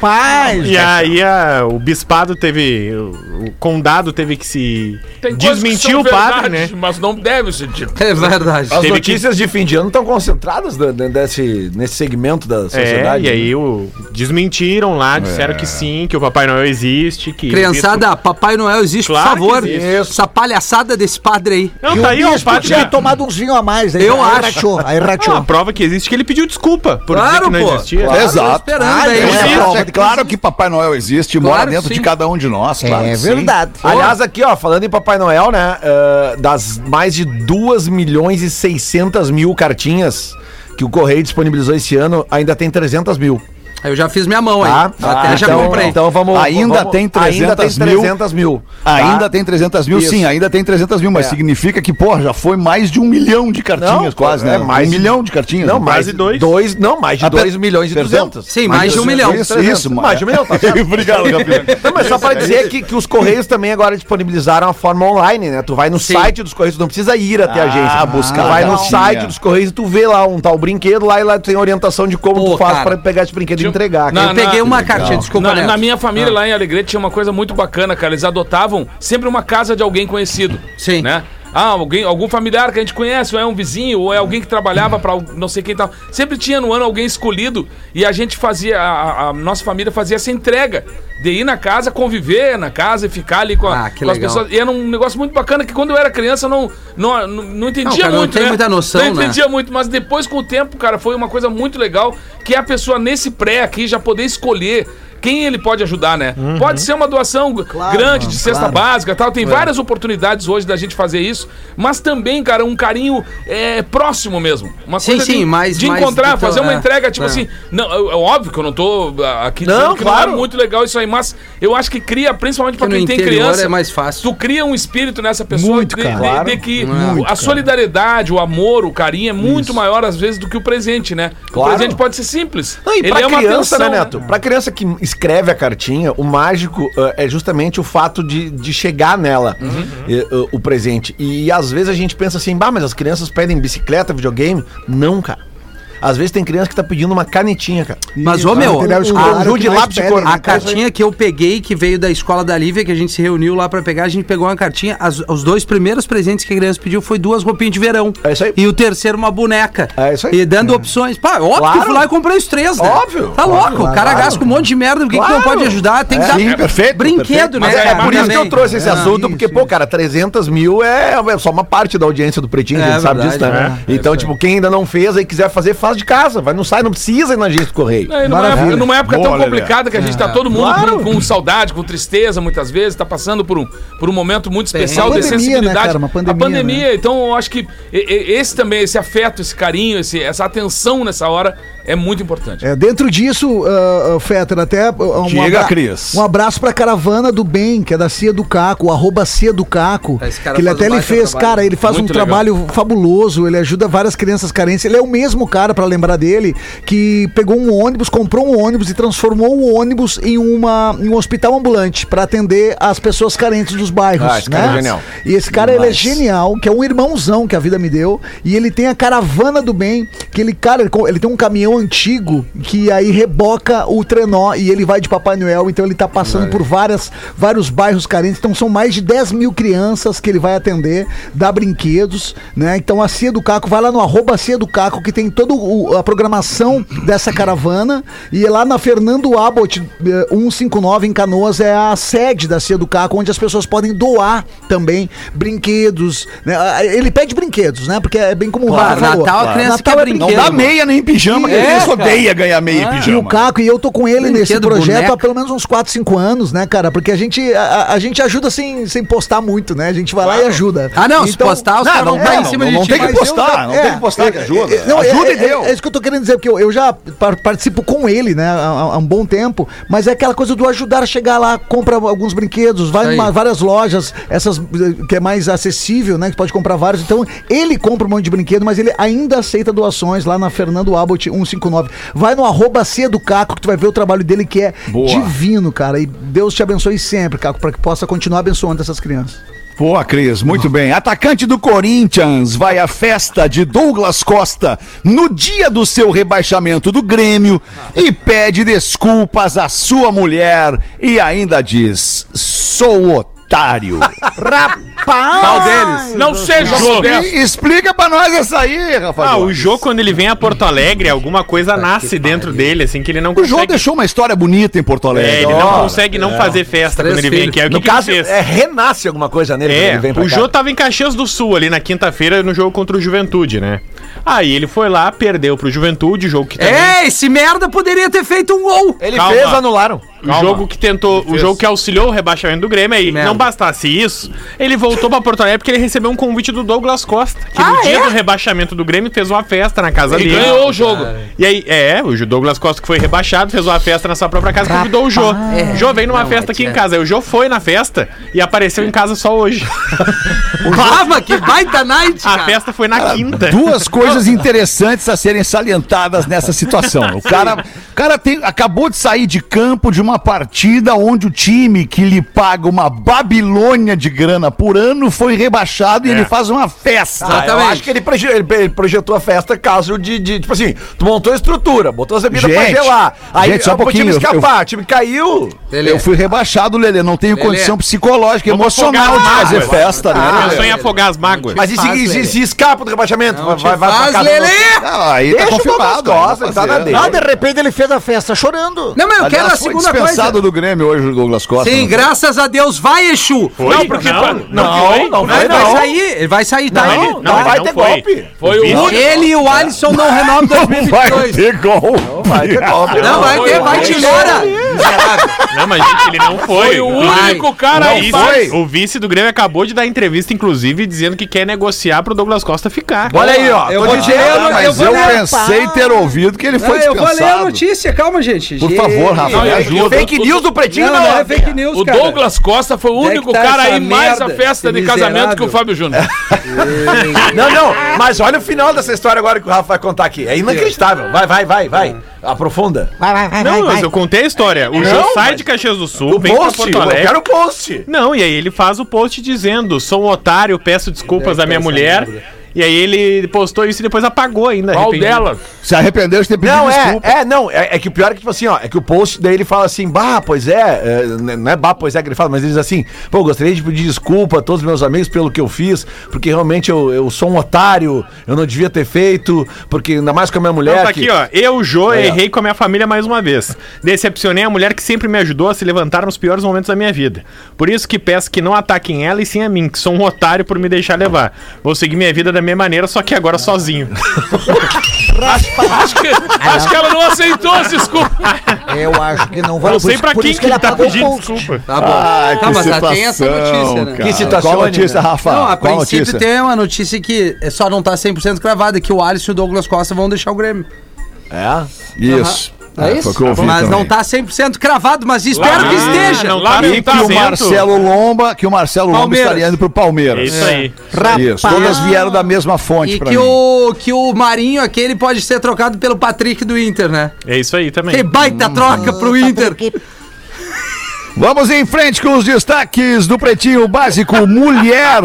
S4: Paz.
S6: E aí a- o bispado teve. O, o condado teve que se.
S5: coisas que
S6: desmentir
S5: são
S6: o padre,
S5: verdade,
S6: né?
S5: Mas não deve ser dito.
S3: É verdade.
S7: As
S6: Teve
S7: notícias de fim de ano estão concentradas da- da- desse, nesse segmento da
S6: É,
S7: sociedade. né?
S6: e aí o, desmentiram lá, disseram que sim, que o Papai Noel existe, que.
S3: Criançada, Papai Noel existe,
S6: Claro
S3: por favor.
S6: que
S7: existe.
S3: Essa palhaçada desse padre aí.
S6: Não,
S4: E
S6: tá
S4: o
S6: aí, ó, o
S4: bispo
S6: padre.
S4: tinha
S6: Já...
S4: tomado uns vinhos a mais. Aí,
S3: Eu
S4: aí
S3: acho.
S4: Rachou, aí
S6: Não, a
S4: rachou.
S6: prova que existe é que ele pediu desculpa por dizer que não existia.
S3: Claro,
S2: Exato.
S3: tô Esperando
S4: Ah,
S3: aí.
S2: É,
S4: Existe.
S2: é, prova, é claro que Papai Noel existe, mora
S3: Claro,
S2: dentro
S3: sim.
S2: de cada um de nós, claro.
S4: é
S2: que sim.
S4: verdade.
S7: Aliás, aqui, ó, falando em Papai Noel, né? ah, das mais de 2 milhões e 600 mil cartinhas que o Correio disponibilizou esse ano, ainda tem 300 mil.
S3: Aí Eu já fiz minha mão aí.
S7: Tá?
S3: Até
S7: Ah,
S3: já
S7: então,
S3: comprei.
S7: Então vamos.
S2: Ainda
S7: vamos-
S2: tem 300
S7: ainda tem
S2: mil.
S7: 300 mil. tá?
S2: Ainda tem 300 mil,
S7: Isso.
S2: sim, ainda tem 300 mil, mas
S7: É.
S2: significa que, pô, já foi mais de um milhão de cartinhas,
S7: Não,
S2: quase, né?
S7: é mais
S2: um
S7: de-
S2: milhão de cartinhas.
S7: Não,
S2: né?
S7: mais de
S6: Quase dois.
S7: 2. Não, mais de
S2: Ah, per-
S7: 2 milhões e
S2: perdão.
S7: 200.
S3: Sim, mais de um milhão.
S2: Isso, isso,
S7: mais de um milhão, tá certo?
S2: Obrigado, Gabriel.
S7: Não, mas só
S2: É
S7: para dizer que, que os Correios também agora disponibilizaram a forma online, né? Tu vai no
S3: Sim.
S7: site dos Correios, tu não precisa ir até a agência.
S2: Ah, buscar
S7: Tu vai no
S2: cartinha.
S7: site dos Correios e tu vê lá um tal brinquedo lá e lá tu tem orientação de como
S3: Pô,
S7: tu faz
S3: cara.
S7: para pegar esse brinquedo e entregar.
S5: Não,
S7: cara.
S3: Eu peguei
S5: na-
S3: uma cartinha, desculpa,
S5: Na,
S3: Neto. Ah.
S5: na minha família lá em Alegrete tinha uma coisa muito bacana, cara. Eles adotavam sempre uma casa de alguém conhecido.
S3: Sim.
S5: Né? Ah, alguém, algum familiar que a gente conhece, ou é um vizinho, ou é alguém que trabalhava pra al- não sei quem tal. Sempre tinha no ano alguém escolhido e a gente fazia, a, a- a nossa família fazia essa entrega de ir na casa, conviver na casa e ficar ali com, a-
S3: Ah, que
S5: com as
S3: legal.
S5: pessoas. E era um negócio muito bacana que quando eu era criança eu não, não, não, não entendia
S3: cara, não
S5: muito.
S3: tem
S5: né?
S3: muita noção,
S5: Não
S3: né?
S5: entendia curtia muito, mas depois com o tempo, cara, foi uma coisa muito legal que a pessoa nesse pré aqui já poder escolher quem ele pode ajudar, né?
S3: Uhum.
S5: Pode ser uma doação g- grande de cesta básica, tal.
S3: É.
S5: Tem várias oportunidades hoje da gente fazer isso, mas também, cara, um carinho é, próximo mesmo. Uma
S3: Sim,
S5: coisa
S3: sim,
S5: de,
S3: mais-
S5: de
S3: mais
S5: encontrar,
S3: do teu-
S5: fazer uma
S3: é,
S5: entrega tipo
S3: é.
S5: assim, não, é é óbvio que eu não tô ah, aqui
S7: Não,
S5: dizendo que não
S7: claro.
S5: é muito legal isso aí, mas eu acho que cria principalmente pra
S3: Que no
S5: quem tem
S3: interior
S5: criança,
S3: é mais fácil.
S5: Tu cria um espírito nessa pessoa
S7: Muito,
S5: de,
S7: cara.
S5: de-
S7: Claro.
S5: de que
S3: Muito,
S5: a solidariedade, o amor, o carinho é muito maior às vezes do que o presente, né? O
S7: Claro.
S5: presente pode ser simples.
S7: Não, e pra
S5: é uma
S7: criança,
S5: atenção,
S7: né, Neto? Pra criança que escreve a cartinha, o mágico ah, é justamente o fato de, de chegar nela eh, ah, o presente. E às vezes a gente pensa assim, bah, mas as crianças pedem bicicleta, videogame? Não, cara. Às vezes tem criança que tá pedindo uma canetinha, cara.
S3: Mas, ô meu,
S7: material escolar,
S3: a,
S7: o que mais pedem,
S3: a
S7: né, cara?
S3: cartinha que eu peguei, que veio da escola da Lívia, que a gente se reuniu lá pra pegar, a gente pegou uma cartinha. as- os dois primeiros presentes que a criança pediu foi duas roupinhas de verão.
S7: É isso aí.
S3: E o terceiro, uma boneca.
S7: É isso aí.
S3: E dando opções. Pá, óbvio que eu fui lá e comprei os três, né?
S7: Óbvio.
S3: Tá
S7: Óbvio,
S3: louco. o cara
S7: claro.
S3: gasta com um monte de merda. Por que, que não
S7: Claro.
S3: pode ajudar? Tem que
S2: É,
S3: dar um
S2: sim, perfeito,
S3: brinquedo,
S2: perfeito.
S3: né?
S7: Mas é,
S3: cara?
S7: por isso que eu
S3: Também.
S7: trouxe esse
S3: Ah,
S7: assunto,
S3: isso,
S7: porque, pô, cara, 300 mil é é só uma parte da audiência do Pretinho,
S3: É
S7: a gente sabe
S3: verdade,
S7: disso, né?
S3: né?
S7: Então, tipo, quem ainda não fez aí quiser fazer, faz faz de casa, vai, não sai, não precisa ir na agência do correio.
S5: Não, e numa
S2: Maravilha.
S5: época, numa época
S2: Boa,
S5: tão
S2: Lelê.
S5: complicada que a gente tá todo mundo
S7: Claro.
S5: com, com saudade, com tristeza muitas vezes, tá passando por um, por um momento muito especial
S8: Uma
S5: de
S8: pandemia,
S5: sensibilidade.
S8: né, cara? Uma
S5: a
S8: pandemia,
S5: pandemia, então eu acho que e- e- esse também, esse afeto, esse carinho, esse- essa atenção nessa hora é muito importante.
S4: É, dentro disso, ah, ah, Fetter, até ah, um,
S2: Diga, Cris.
S4: um abraço pra Caravana do Bem, que é da Cia do Caco, o arroba Cia do Caco.
S3: Esse cara
S4: que ele
S3: faz
S4: até
S3: um
S4: ele
S3: baita
S4: fez,
S3: trabalho.
S4: cara, ele faz
S5: Muito
S4: um
S5: legal.
S4: trabalho fabuloso, ele ajuda várias crianças carentes. Ele é o mesmo cara, pra lembrar dele, que pegou um ônibus, comprou um ônibus e transformou o ônibus em, uma, em um hospital ambulante pra atender as pessoas carentes dos bairros.
S7: Ah, esse
S4: né?
S7: cara é genial.
S4: E esse cara, ele é genial, que é um irmãozão que a vida me deu. E ele tem a caravana do bem, que ele, cara, ele, co- ele tem um caminhão antigo que aí reboca o trenó e ele vai de Papai Noel. Então ele tá passando por várias, vários bairros carentes. Então são mais de 10 mil crianças que ele vai atender, dá brinquedos, né? Então a Cia do Caco, vai lá no arroba Cia do Caco, que tem toda a programação dessa caravana. E é lá na Fernando Abbott eh, 159 em Canoas é a sede da Cia do Caco, onde as pessoas podem doar também brinquedos. né? Ah, Ele pede brinquedos, né? Porque é bem como o
S3: Claro,
S4: Rafa falou.
S3: Natal a criança
S4: Natal
S3: quer
S4: é
S3: brinquedo.
S2: Não
S4: brinquedo.
S2: dá meia nem pijama, que
S3: É,
S2: eles
S3: cara.
S2: Tá odeia ganhar
S7: Ah.
S2: meia e
S4: E o
S2: pijama.
S4: Caco, e eu tô com ele nesse
S3: Brinquedo,
S4: projeto
S3: boneca.
S4: há pelo menos uns 4, 5 anos, né, cara? Porque a gente, a, a- a gente ajuda sem, sem postar muito, né? A gente vai lá e ajuda.
S3: Ah, não, se
S4: Então-
S3: postar, os caras
S2: não,
S3: vão estar em
S2: não,
S3: cima
S2: não,
S3: de
S2: não
S3: ti.
S2: tem que
S4: mas
S2: postar,
S4: eu-
S2: não
S4: é,
S2: tem que postar que ajuda.
S4: É, não, é-
S2: ajuda
S4: é,
S2: e deu.
S4: É, isso que eu tô querendo dizer, porque eu, eu já par- participo com ele, né, há, há um bom tempo, mas é aquela coisa do ajudar a chegar lá, compra alguns brinquedos, vai
S3: Aí.
S4: em uma- várias lojas, essas eh, que é mais acessível, né, que pode comprar vários. Então, ele compra um monte de brinquedo, mas ele ainda aceita doações lá na Fernando Abbott 159. Vai no arroba C do Caco, que tu vai ver o trabalho dele que é
S2: Boa.
S4: divino, cara. E Deus te abençoe sempre, Caco, pra que possa continuar abençoando essas crianças.
S2: Boa, Cris, muito bem. Atacante do Corinthians vai à festa de Douglas Costa no dia do seu rebaixamento do Grêmio e pede desculpas à sua mulher e ainda diz: sou otário.
S5: Mal deles. Não seja
S6: Jô.
S5: modesto.
S2: E explica pra nós essa aí, Rafael.
S6: Ah, o Jô, quando ele vem a Porto Alegre, alguma coisa nasce dentro dele, assim, que ele não
S2: O João
S6: consegue.
S2: deixou uma história bonita em Porto
S6: É,
S2: Alegre.
S6: ele não
S2: Ó,
S6: consegue não fazer festa
S3: Três
S6: quando ele vem
S3: filhos.
S6: aqui. É o que,
S7: né? No
S6: que ele
S7: caso,
S6: fez?
S7: é, renasce alguma coisa nele quando
S6: É,
S7: ele vem pra
S6: o
S7: cá.
S6: Jô tava em Caxias do Sul ali na quinta-feira no jogo contra o Juventude, né? Aí ele foi lá, perdeu pro Juventude, jogo que também-
S3: É, esse merda poderia ter feito um gol.
S7: Ele
S6: Calma.
S7: fez, anularam.
S6: O jogo que tentou, o jogo que auxiliou o rebaixamento do Grêmio aí,
S3: merda.
S6: não bastasse isso, ele voltou pra Porto Alegre porque ele recebeu um convite do Douglas Costa, que
S3: Ah,
S6: no dia
S3: é?
S6: do rebaixamento do Grêmio fez uma festa na casa
S5: Ele
S6: dele.
S5: ganhou o jogo.
S6: E aí, é, o Douglas Costa que foi rebaixado, fez uma festa na sua própria casa, convidou o Jô. O Jô veio numa
S3: é
S6: festa aqui em casa. Aí o Jô foi na festa e apareceu em casa só hoje.
S3: Brava, que baita night,
S6: A
S3: cara.
S6: festa foi na quinta.
S2: Duas coisas interessantes a serem salientadas nessa situação. O cara, o cara tem, acabou de sair de campo de uma partida onde o time que lhe paga uma Babilônia de grana por ano foi rebaixado e ele faz uma festa.
S3: Ah,
S7: Eu acho que ele, proje- ele- ele projetou a festa caso de, de- Tipo assim, tu montou a estrutura, botou as bebidas pra
S2: Gente,
S7: gelar. Aí
S2: gente, só um
S7: o time
S2: pouquinho,
S7: escapar, o time caiu.
S2: Eu fui rebaixado, Lelê. Não tenho
S3: Lelê.
S2: condição psicológica,
S6: Vamos
S2: emocional de
S6: afogar Ah. as
S2: fazer
S6: mágoas.
S2: festa, né? Lelê?
S6: Pensou em afogar as mágoas.
S7: Mas e se,
S3: faz,
S7: e se-
S3: Lelê.
S7: se escapa do rebaixamento? vai, vai pra
S3: Faz,
S7: casa do-
S3: Lelê!
S2: Ah, aí
S7: Deixa
S2: tá
S7: o
S2: confirmado.
S7: Douglas Costa,
S2: né?
S7: ele tá na dele.
S4: Ah, de repente ele fez a festa chorando.
S3: Não, mas eu quero
S2: Aliás,
S3: a
S2: foi
S3: segunda coisa.
S2: dispensado do Grêmio hoje o Douglas Costa.
S3: Sim,
S2: não
S3: graças a Deus, vai, Exu.
S6: Foi?
S5: Não, porque-
S6: não,
S5: não,
S6: foi?
S7: não,
S3: Vai,
S7: Vai,
S3: vai
S7: não.
S3: sair, ele vai sair, tá?
S6: Ele-
S3: Ele-
S6: não, ele
S7: vai
S6: não
S7: ter
S6: foi.
S7: golpe.
S5: Foi o
S6: Vitor-
S3: Ele e o Alisson não renovam
S2: Vai
S3: 2022.
S2: ter gol.
S7: Vai ter golpe.
S3: Não, vai ter, vai te
S6: Não, mas gente, ele não foi.
S5: Foi o
S3: Vai.
S5: único cara
S6: Não,
S5: aí.
S6: isso- O vice do Grêmio acabou de dar entrevista, inclusive, dizendo que quer negociar pro Douglas Costa ficar.
S7: Olha aí, ó.
S3: Eu
S7: tô
S3: vou
S7: dizendo-
S3: dizer, eu-
S2: mas
S3: vou
S2: eu,
S3: ler.
S2: pensei ter ouvido que ele foi
S3: eu vou ler a
S2: dispensado.
S3: notícia, é calma, gente.
S2: Por
S3: Gente.
S2: favor, Rafa,
S5: Não,
S2: me
S5: eu-
S2: ajuda.
S5: eu-
S7: Fake news do Pretinho
S3: Não, não é
S7: não.
S3: fake news,
S5: O
S3: cara.
S5: Douglas Costa foi o
S3: Onde é que
S5: único
S3: tá
S5: cara
S3: essa
S5: aí mais a
S3: merda,
S5: festa
S3: esse
S5: de casamento que o
S3: miserável?
S5: Fábio Júnior.
S7: Não, não. Mas olha o final dessa história agora que o Rafa vai contar aqui. É inacreditável. Vai, vai, vai, vai. Aprofunda.
S6: Ah,
S8: Vai, vai, vai,
S6: Não,
S8: vai,
S6: mas
S8: vai.
S6: eu contei a história. O Jô
S7: Não,
S6: sai
S7: mas-
S6: de Caxias do Sul,
S7: O
S6: vem pra
S7: post.
S6: tá Porto
S7: Eu
S6: Alegre.
S7: quero o post.
S6: Não, e aí ele faz o post dizendo: sou um otário, peço desculpas à minha mulher. E aí ele postou isso e depois apagou ainda.
S5: Qual
S6: arrependido.
S5: dela?
S2: Se arrependeu de ter pedido
S7: Não, é,
S2: desculpa.
S7: é, não, é, é que o pior é que, tipo assim, ó, é que o post daí ele fala assim, bah, pois é, é, n- não é bah, pois é que ele fala, mas ele diz assim, pô, gostaria de pedir desculpa a todos os meus amigos pelo que eu fiz, porque realmente eu, eu sou um otário, eu não devia ter feito, porque ainda mais com a minha mulher.
S6: Então tá aqui,
S7: que-
S6: ó. Eu, Jô,
S7: Aí, ó.
S6: errei com a minha família mais uma vez. Decepcionei a mulher que sempre me ajudou a se levantar nos piores momentos da minha vida. Por isso que peço que não ataquem ela e sim a mim, que sou um otário por me deixar levar. Vou seguir minha vida da mesma maneira, só que agora sozinho.
S5: Acho que,
S6: Ah,
S5: acho que ela não assim, aceitou essa desculpa.
S4: Eu acho que não vai
S6: Não sei pra
S4: por
S6: quem
S4: isso
S6: que ele tá
S4: apagou o
S6: pedindo
S4: post.
S6: desculpa.
S2: Tá bom. Ah,
S3: Tá, mas já tem essa notícia, né?
S2: Que situação, Qual notícia, Rafa?
S3: Não, a
S2: Qual
S3: princípio
S2: notícia?
S3: tem uma notícia que é só não tá 100% cravada, que o Alisson e o Douglas Costa vão deixar o Grêmio.
S2: Isso.
S3: É isso?
S2: Foi o que eu ouvi
S3: mas
S2: também. Ah,
S3: não tá 100% cravado, mas espero que esteja.
S6: não tá
S2: E que o
S6: dentro.
S2: Marcelo Lomba, que o Marcelo Lomba
S3: Palmeiras.
S2: estaria indo pro
S6: É
S2: Palmeiras.
S6: isso aí.
S2: Isso, todas vieram da mesma fonte
S3: E
S2: pra
S3: que
S2: mim.
S3: o, que o Marinho aquele pode ser trocado pelo Patrick do Inter, né?
S6: É isso aí também.
S2: Hum,
S3: Que baita troca
S2: tá
S3: pro Inter.
S2: Vamos em frente com os destaques do Pretinho Básico. Mulher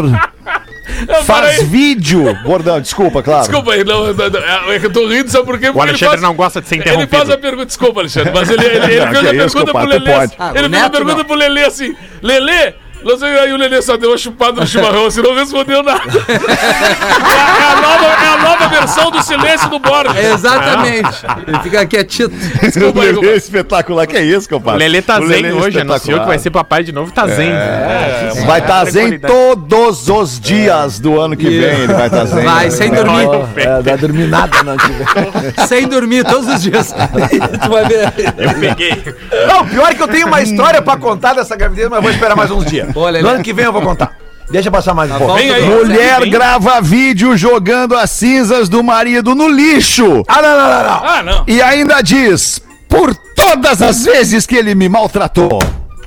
S2: faz
S5: parei.
S2: vídeo. Gordão, desculpa, claro.
S5: Desculpa aí, não, não, não, é eu tô rindo, sabe por quê?
S6: O
S5: Porque
S6: Alexandre não gosta de ser
S5: Ele faz a
S6: interrompido.
S5: pergunta, desculpa, Alexandre, mas ele, ele- ele
S2: é Não,
S5: fez
S2: que
S5: a
S2: isso,
S5: pergunta pro
S2: compadre,
S5: Lelê.
S2: pode.
S3: Ah,
S5: ele
S3: o
S5: fez a
S3: Neto
S5: pergunta
S3: não.
S5: pro Lelê assim: Lelê, não sei, aí o Lelê só deu uma chupada no chimarrão, assim, não respondeu nada. é, a nova, é a nova versão do silêncio do Borges.
S3: É, Exatamente. Ele fica quietinho.
S5: Desculpa aí,
S2: Lelê
S5: compadre.
S2: espetacular, que é isso,
S6: O
S2: compadre?
S6: Lelê tá
S2: O
S6: zen hoje,
S2: espetacular. é,
S6: anunciou que vai ser papai de novo, tá zen.
S7: É,
S2: Vai estar zen todos os dias do ano que vem. Ele vai estar zen.
S3: Vai, sem dormir.
S2: É, vai dormir nada não.
S3: Sem dormir todos os dias. tu vai ver.
S6: Eu peguei.
S7: Não, pior que eu tenho uma história pra contar dessa gravidez, mas vou esperar mais uns dias.
S3: Boa, Lelê.
S7: no ano que vem eu vou contar. Deixa passar
S6: Tá
S7: mais um pouco.
S5: Vem aí.
S2: Mulher grava vídeo jogando as cinzas do marido no lixo.
S7: Ah, não, não, não, não.
S5: Ah, não.
S2: E ainda diz: por todas as vezes que ele me maltratou.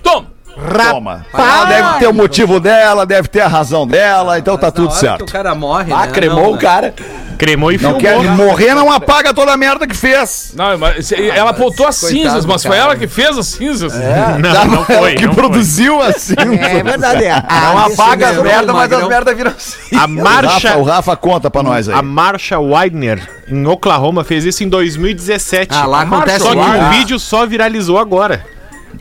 S5: Toma.
S2: Toma. Ela deve ter o motivo dela, deve ter a razão dela, então tá tudo certo.
S3: o cara morre, né?
S7: Ah, cremou o cara.
S6: Cremou e
S2: Não
S6: filmou.
S2: quer morrer, não apaga toda a merda que fez.
S5: Não, mas, se- ela apontou as
S3: coitado
S5: cinzas,
S3: do
S5: mas foi
S3: cara. É.
S5: ela que fez as cinzas.
S6: Não, não foi.
S2: que
S6: não então, foi.
S2: produziu assim.
S4: É verdade, é.
S7: Não
S4: Ah,
S7: apaga as
S3: mesmo,
S7: merdas, mas
S3: magrão.
S7: as merdas viram assim.
S2: O
S6: A
S2: Rafa, o
S6: marcha.
S2: Rafa conta pra nós aí.
S6: A Marcha Widener, em Oklahoma, fez isso em 2017.
S3: Ah, lá acontece
S6: Só que
S3: lá.
S6: o vídeo só viralizou agora.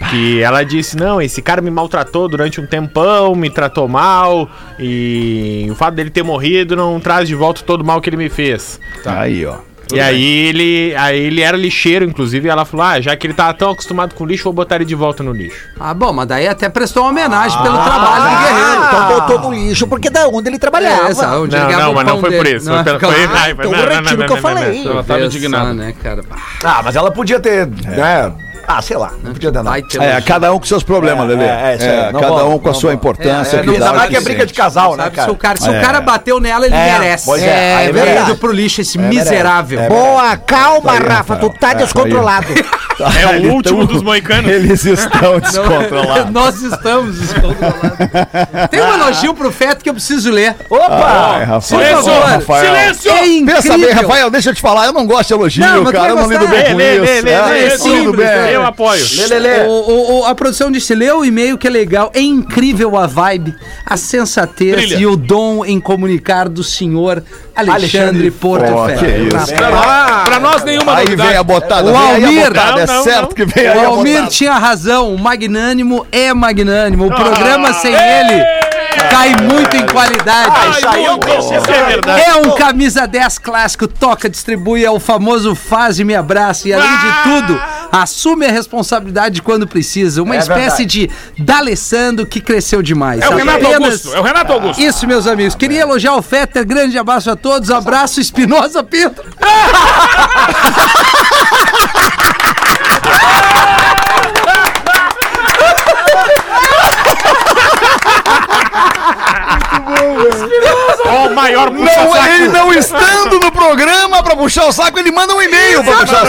S6: Que ela disse, não, esse cara me maltratou durante um tempão, me tratou mal, e o fato dele ter morrido não traz de volta todo o mal que ele me fez.
S2: Tá aí, ó.
S6: e aí ele, aí ele era lixeiro, inclusive, e ela falou, ah, já que ele tava tão acostumado com lixo, vou botar ele de volta no lixo.
S3: Ah, bom, mas daí até prestou uma homenagem pelo trabalho do Guerreiro.
S4: Então botou no lixo porque da onde ele trabalhava.
S3: É, essa, onde ele
S6: Não,
S3: ganhava
S6: não,
S3: o
S6: mas não
S3: pão
S6: foi por
S3: dele.
S6: isso.
S3: Não,
S6: Foi pela,
S3: claro.
S6: foi raiva.
S4: Então
S6: Não,
S4: eu
S6: não,
S4: retiro
S6: não,
S4: o que eu
S6: não, não, não.
S4: falei.
S5: Ela tava
S3: Pensa,
S5: indignada.
S3: né, cara?
S7: Ah, mas ela podia ter, né? Ah, sei lá. Não podia dar nada.
S3: Vai ter
S2: É, cada um com seus problemas,
S7: É,
S2: Lelê.
S7: é, é isso aí.
S2: É,
S7: Não
S2: cada
S7: vou-
S2: um com a
S7: não
S2: sua
S7: vou.
S2: importância.
S3: É, é,
S2: que dá
S7: Ainda
S2: o
S7: mais que é
S2: sente.
S7: briga de casal, né,
S3: Sabe, se
S7: cara?
S3: o cara, se
S2: É.
S3: o cara bateu nela, ele
S7: É,
S3: merece.
S7: pois é, aí
S3: ele
S7: é verdade. É
S3: indo pro lixo esse miserável.
S4: Boa, calma, Rafa, tu tá
S2: é, tá aí.
S4: descontrolado.
S6: É o
S2: Eles
S6: último
S2: tão-
S6: dos moicanos.
S2: Eles estão
S3: Não,
S2: descontrolados.
S3: Nós estamos descontrolados. Tem
S7: Ah.
S3: um elogio pro Feto que eu preciso ler.
S2: Ai, Rafael.
S5: Silêncio!
S2: Ô, Rafael.
S5: Silêncio!
S3: É incrível.
S2: Pensa bem, Rafael, deixa eu te falar, eu não gosto de elogio,
S3: Não, mas tu
S2: cara, eu
S3: vai
S2: não lido
S3: gostar.
S2: bem
S6: Lê,
S2: com
S6: lê,
S2: isso.
S6: lê, lê,
S2: é,
S6: lê,
S2: eu não lido
S3: simples,
S2: bem.
S6: Eu apoio.
S3: O, o- o- a produção disse: lê o e-mail que é legal. É incrível a vibe, a sensatez
S5: Brilha.
S3: e o dom em comunicar do senhor Alexandre, Porto
S2: Ó, que
S3: Portofé.
S2: isso.
S5: Pra, nós- pra nós, nenhuma
S2: Aí
S5: novidade.
S2: vem a botada,
S3: O
S2: vem aí
S3: Almir.
S2: a botada, é
S6: Não, não,
S2: certo
S6: não.
S2: que vem aí
S3: O
S2: a
S3: Almir
S2: botada.
S3: tinha razão, o magnânimo é magnânimo. O programa sem ele cai muito em qualidade.
S5: Isso aí eu consigo.
S6: Isso é verdade.
S3: É um camisa 10 clássico, toca, distribui, é o famoso faz e me abraça e além
S5: Ah!
S3: de tudo, assume a responsabilidade quando precisa. Uma espécie de D'Alessandro que cresceu demais.
S5: É o Renato
S3: Apenas-
S5: Augusto. É o Renato Augusto.
S3: Isso, meus amigos. Queria elogiar o Fetter. Grande abraço a todos. Abraço, Espinosa Pinto.
S6: Ó, o maior
S2: Não,
S6: puxa-saco.
S2: ele não estando no programa pra puxar o saco, ele manda um e-mail pra puxar o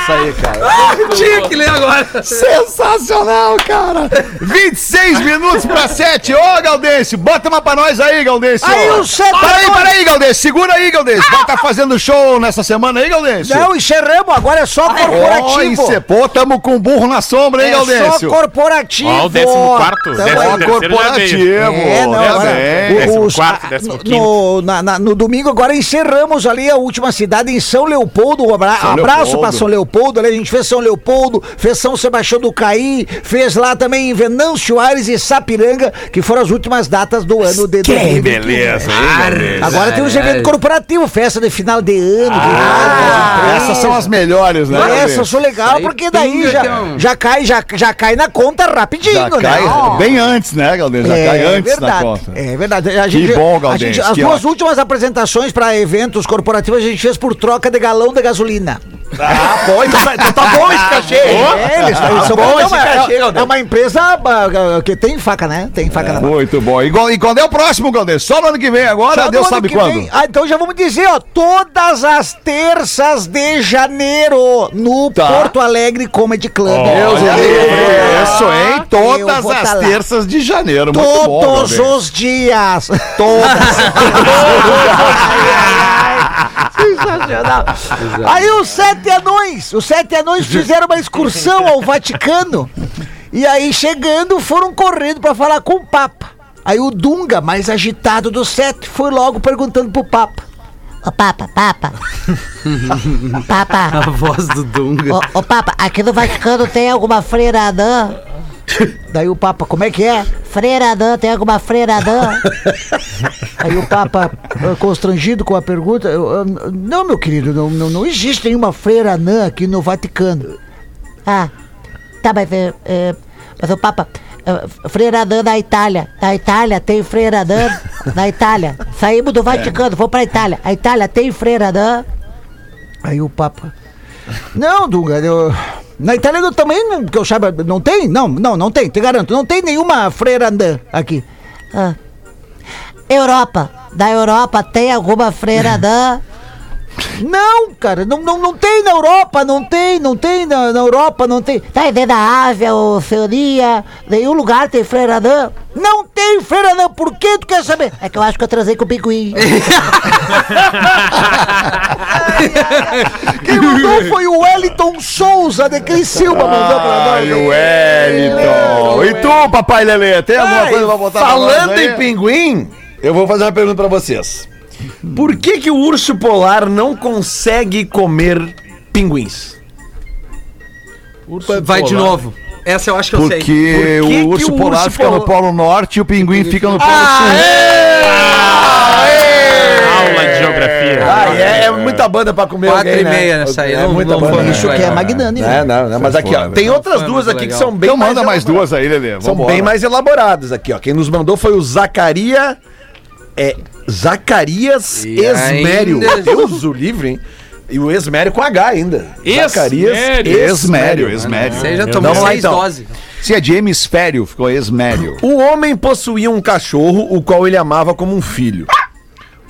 S2: saco.
S3: Tinha que ler agora.
S2: Sensacional, cara. 26 minutos pra 7. Ô, Galdense, bota uma pra nós aí, Galdense.
S4: Aí
S2: ó.
S4: o Santa
S2: Peraí, peraí, Galdense. Segura aí, Galdense. Vai estar fazendo show nessa semana aí, Galdense?
S4: Não, encerramos, agora é só
S2: Ó,
S4: corporativo.
S2: encepou, tamo com o burro na sombra, hein,
S4: É só
S2: Gaudêncio?
S4: corporativo.
S6: Ó, o décimo quarto,
S4: Então,
S6: décimo
S4: aí-
S2: Ó,
S6: terceiro já veio.
S2: corporativo.
S4: É, não,
S2: né,
S4: agora-
S2: Zé?
S6: Décimo
S4: os-
S6: quarto,
S4: a-
S6: décimo
S4: no-
S6: quinto.
S4: no- no, na- na- no domingo agora encerramos ali a última cidade em São Leopoldo. Um abra-
S2: São
S4: abraço
S2: Leopoldo.
S4: para São Leopoldo. Ali a gente fez São Leopoldo, fez São Sebastião do Caí, fez lá também em Venâncio Aires e Sapiranga, que foram as últimas datas do ano de 2021.
S6: É.
S4: Agora tem um os eventos corporativos, festa de final de ano.
S2: Ah,
S4: que-
S2: Essas são as melhores, né?
S4: Essas são legal,
S3: Aí
S4: porque daí
S3: pinga
S4: já,
S3: que é um-
S4: já, cai, já, já cai na conta rapidinho,
S2: então. Já
S4: né?
S2: cai
S4: Ó. É,
S2: bem antes, né, Galdeiro? Já cai antes
S4: verdade,
S2: da conta.
S4: É verdade. A gente,
S2: bom,
S4: a
S2: Galdêncio,
S4: gente- As
S2: que
S4: duas
S2: ótimo.
S4: últimas apresentações para eventos corporativos a gente fez por troca de galão de gasolina.
S2: Ah, pô, então tá- então tá bom esse cachê. Tá
S4: É, eles, eles são
S2: bom
S4: não,
S2: esse
S4: é-
S2: cachê,
S4: é,
S2: Galdêncio. É.
S4: é uma empresa ah, que tem faca, né? Tem faca na mão.
S2: Muito bom. E, qual- e quando é o próximo, Galdeiro? Só no ano que vem agora?
S4: Só no
S2: Deus
S4: ano
S2: sabe
S4: que
S2: quando.
S4: vem. Ah, então já vamos dizer, ó, todas as terças de janeiro no
S2: Tá.
S4: Porto Alegre Comedy Club.
S2: Deus
S4: Olha
S2: é
S4: aí.
S2: livre. Isso, hein?
S4: Eu
S2: Todas
S4: vou
S2: as
S4: tá lá.
S2: terças de janeiro. Muito bom,
S4: Todos
S2: Galdeiro.
S4: os dias. Sensacional. Aí os sete anões, os sete anões fizeram uma excursão ao Vaticano. E aí, chegando, foram correndo para falar com o Papa. Aí o Dunga, mais agitado dos sete, foi logo perguntando pro Papa.
S9: Ô Papa, Papa. papa,
S3: A voz do Dunga.
S9: ô, ô Papa, aqui no Vaticano tem alguma freira anã?
S4: Daí o Papa, como é que é?
S9: Freira anã, tem alguma freira anã?
S4: Aí o Papa, eh, constrangido com a pergunta, eu, eu, não, meu querido, não, não, não existe nenhuma freira anã aqui no Vaticano.
S9: Ah, tá, mas, é, é, mas o Papa, é, freira anã na Itália. Na Itália tem freira anã. Na Itália. Saímos do Vaticano, vou pra Itália. A Itália tem freira anã.
S4: Aí o Papa. Não, Dunga, eu- na Itália eu também, não- que eu saiba, não tem? Não, não, não tem, te garanto, não tem nenhuma freira anã aqui.
S9: Ah. Europa. Na Europa tem alguma freira anã?
S4: Não, cara, não, não, não tem na Europa, não tem, não tem na, na Europa, não tem.
S9: Tá dentro da Ásia, Oceania, nenhum lugar tem freira anã.
S4: Não tem freira anã, por que tu quer saber? É.
S9: É que eu acho que eu transei com o pinguim.
S4: Quem mandou foi o Wellington Souza de Criciúma, mandou pra nós.
S2: Ai, o Wellington. E tu, papai Lelê, tem alguma coisa pra botar pra nós
S7: Falando
S2: aí?
S7: em pinguim, eu vou fazer uma pergunta pra vocês. Por que que o urso polar não consegue comer pinguins?
S3: Vai de novo. Essa eu acho que eu sei.
S2: Porque
S7: que
S2: o
S7: que
S2: urso
S7: o
S2: polar
S7: urso
S2: fica no
S7: polar-
S2: Polo Norte e o pinguim fica no Polo Sul.
S6: Aula de geografia.
S7: Ah, é, é muita banda pra comer
S3: Quatro
S7: alguém,
S3: e meia
S7: né?
S3: nessa aí,
S7: É
S3: não-
S7: muita
S3: não
S7: banda.
S3: foi
S4: Isso que é magnânimo.
S7: Não, não, não, mas aqui, ó, tem outras
S3: foi
S7: duas
S3: muito
S7: aqui que
S3: legal.
S7: são bem
S2: Então manda mais
S7: elaboradas.
S2: duas aí, Lelê.
S7: São
S2: Vambora.
S7: bem mais elaboradas aqui, ó. Quem nos mandou foi o Zacaria. É, Zacarias
S3: E
S7: Esmério.
S3: ainda-
S7: Deus o livre, hein? E o Esmério com H ainda. Zacarias
S5: Esmério.
S2: Esmério, né?
S7: Esmério.
S2: esmério.
S3: Você já
S6: Meu
S3: tomou
S7: Deus. Vamos lá,
S3: seis
S7: então.
S3: doses.
S2: Se é de hemisfério, ficou esmério.
S7: O homem possuía um cachorro, o qual ele amava como um filho.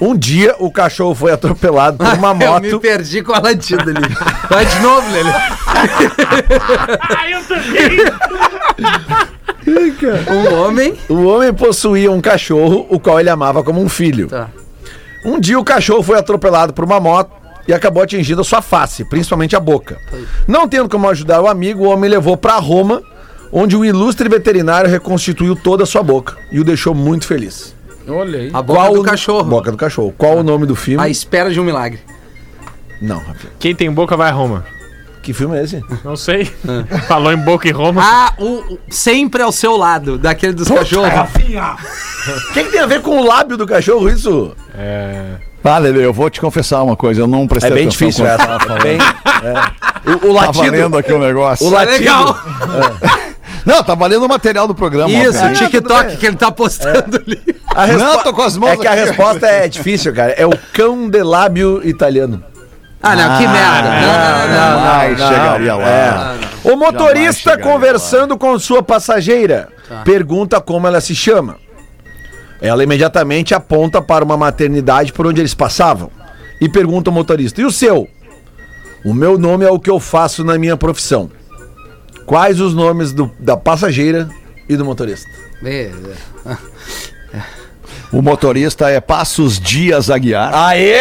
S7: Um dia, o cachorro foi atropelado por uma
S3: Eu me
S7: moto.
S3: perdi com a latida ali. Vai de novo, Lelê. Um homem.
S7: O homem possuía um cachorro, o qual ele amava como um filho.
S3: Tá.
S7: Um dia, o cachorro foi atropelado por uma moto e acabou atingindo a sua face, principalmente a boca. Não tendo como ajudar o amigo, o homem levou para Roma, onde um ilustre veterinário reconstituiu toda a sua boca e o deixou muito feliz.
S5: Olha aí.
S3: A boca
S7: Qual
S3: do
S7: o-
S3: cachorro. Ah.
S7: Boca do cachorro. Qual o nome do filme?
S3: A espera de um milagre.
S7: Não, Rafael.
S6: Quem tem boca vai a Roma. É.
S7: Que filme é esse?
S6: Não sei. Falou em boca e Roma.
S3: Ah, o, o- sempre ao seu lado, daquele dos cachorros.
S7: O que, que tem a ver com o lábio do cachorro, isso?
S2: Ah, Lelê, eu vou te confessar uma coisa, eu não prestei
S7: É bem
S2: atenção
S7: difícil
S2: quando
S7: essa.
S2: tava falando.
S7: É bem- é. O, o
S2: Tá
S7: latido.
S2: valendo aqui o negócio.
S7: O
S3: Tá
S7: latido.
S3: legal.
S2: Não, tá valendo o material do programa.
S3: Isso, o
S2: obviamente.
S3: TikTok que ele tá postando ali.
S7: A respo-
S2: Não, tô com as mãos
S7: É que a
S2: aqui.
S7: resposta é difícil, cara. É o cão de lábio italiano.
S3: Ah, não, que merda. Não, não, não, não.
S2: Ah, Jamais
S7: não,
S2: chegaria lá.
S7: Tá. O motorista
S2: chegaria lá.
S7: conversando com sua passageira pergunta como ela se chama. Ela imediatamente aponta para uma maternidade por onde eles passavam e pergunta ao motorista: "E o seu?" "O meu nome é o que eu faço na minha profissão." Quais os nomes do- da passageira e do motorista?
S3: Beleza.
S2: O motorista é Passos Dias Aguiar.
S7: Aê!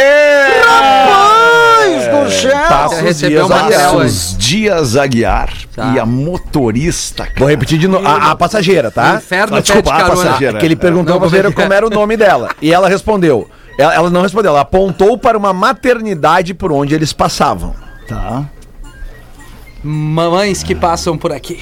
S4: Rapaz do céu!
S7: Passos
S3: Recebeu
S7: Dias
S3: uma
S7: Aguiar.
S3: tela.
S2: Passos Dias Aguiar.
S3: Tá.
S2: E a motorista, cara.
S7: Vou repetir de novo. A, a passageira, tá?
S3: Inferno,
S2: Ah, desculpa,
S3: pé de
S2: a
S3: carona.
S2: passageira.
S7: Que ele perguntou
S3: Não,
S7: pra
S3: porque-
S7: ver como era o nome dela. E ela respondeu: Ela, ela não respondeu, ela apontou para uma maternidade por onde eles passavam.
S2: Tá.
S3: Mamães que passam por aqui.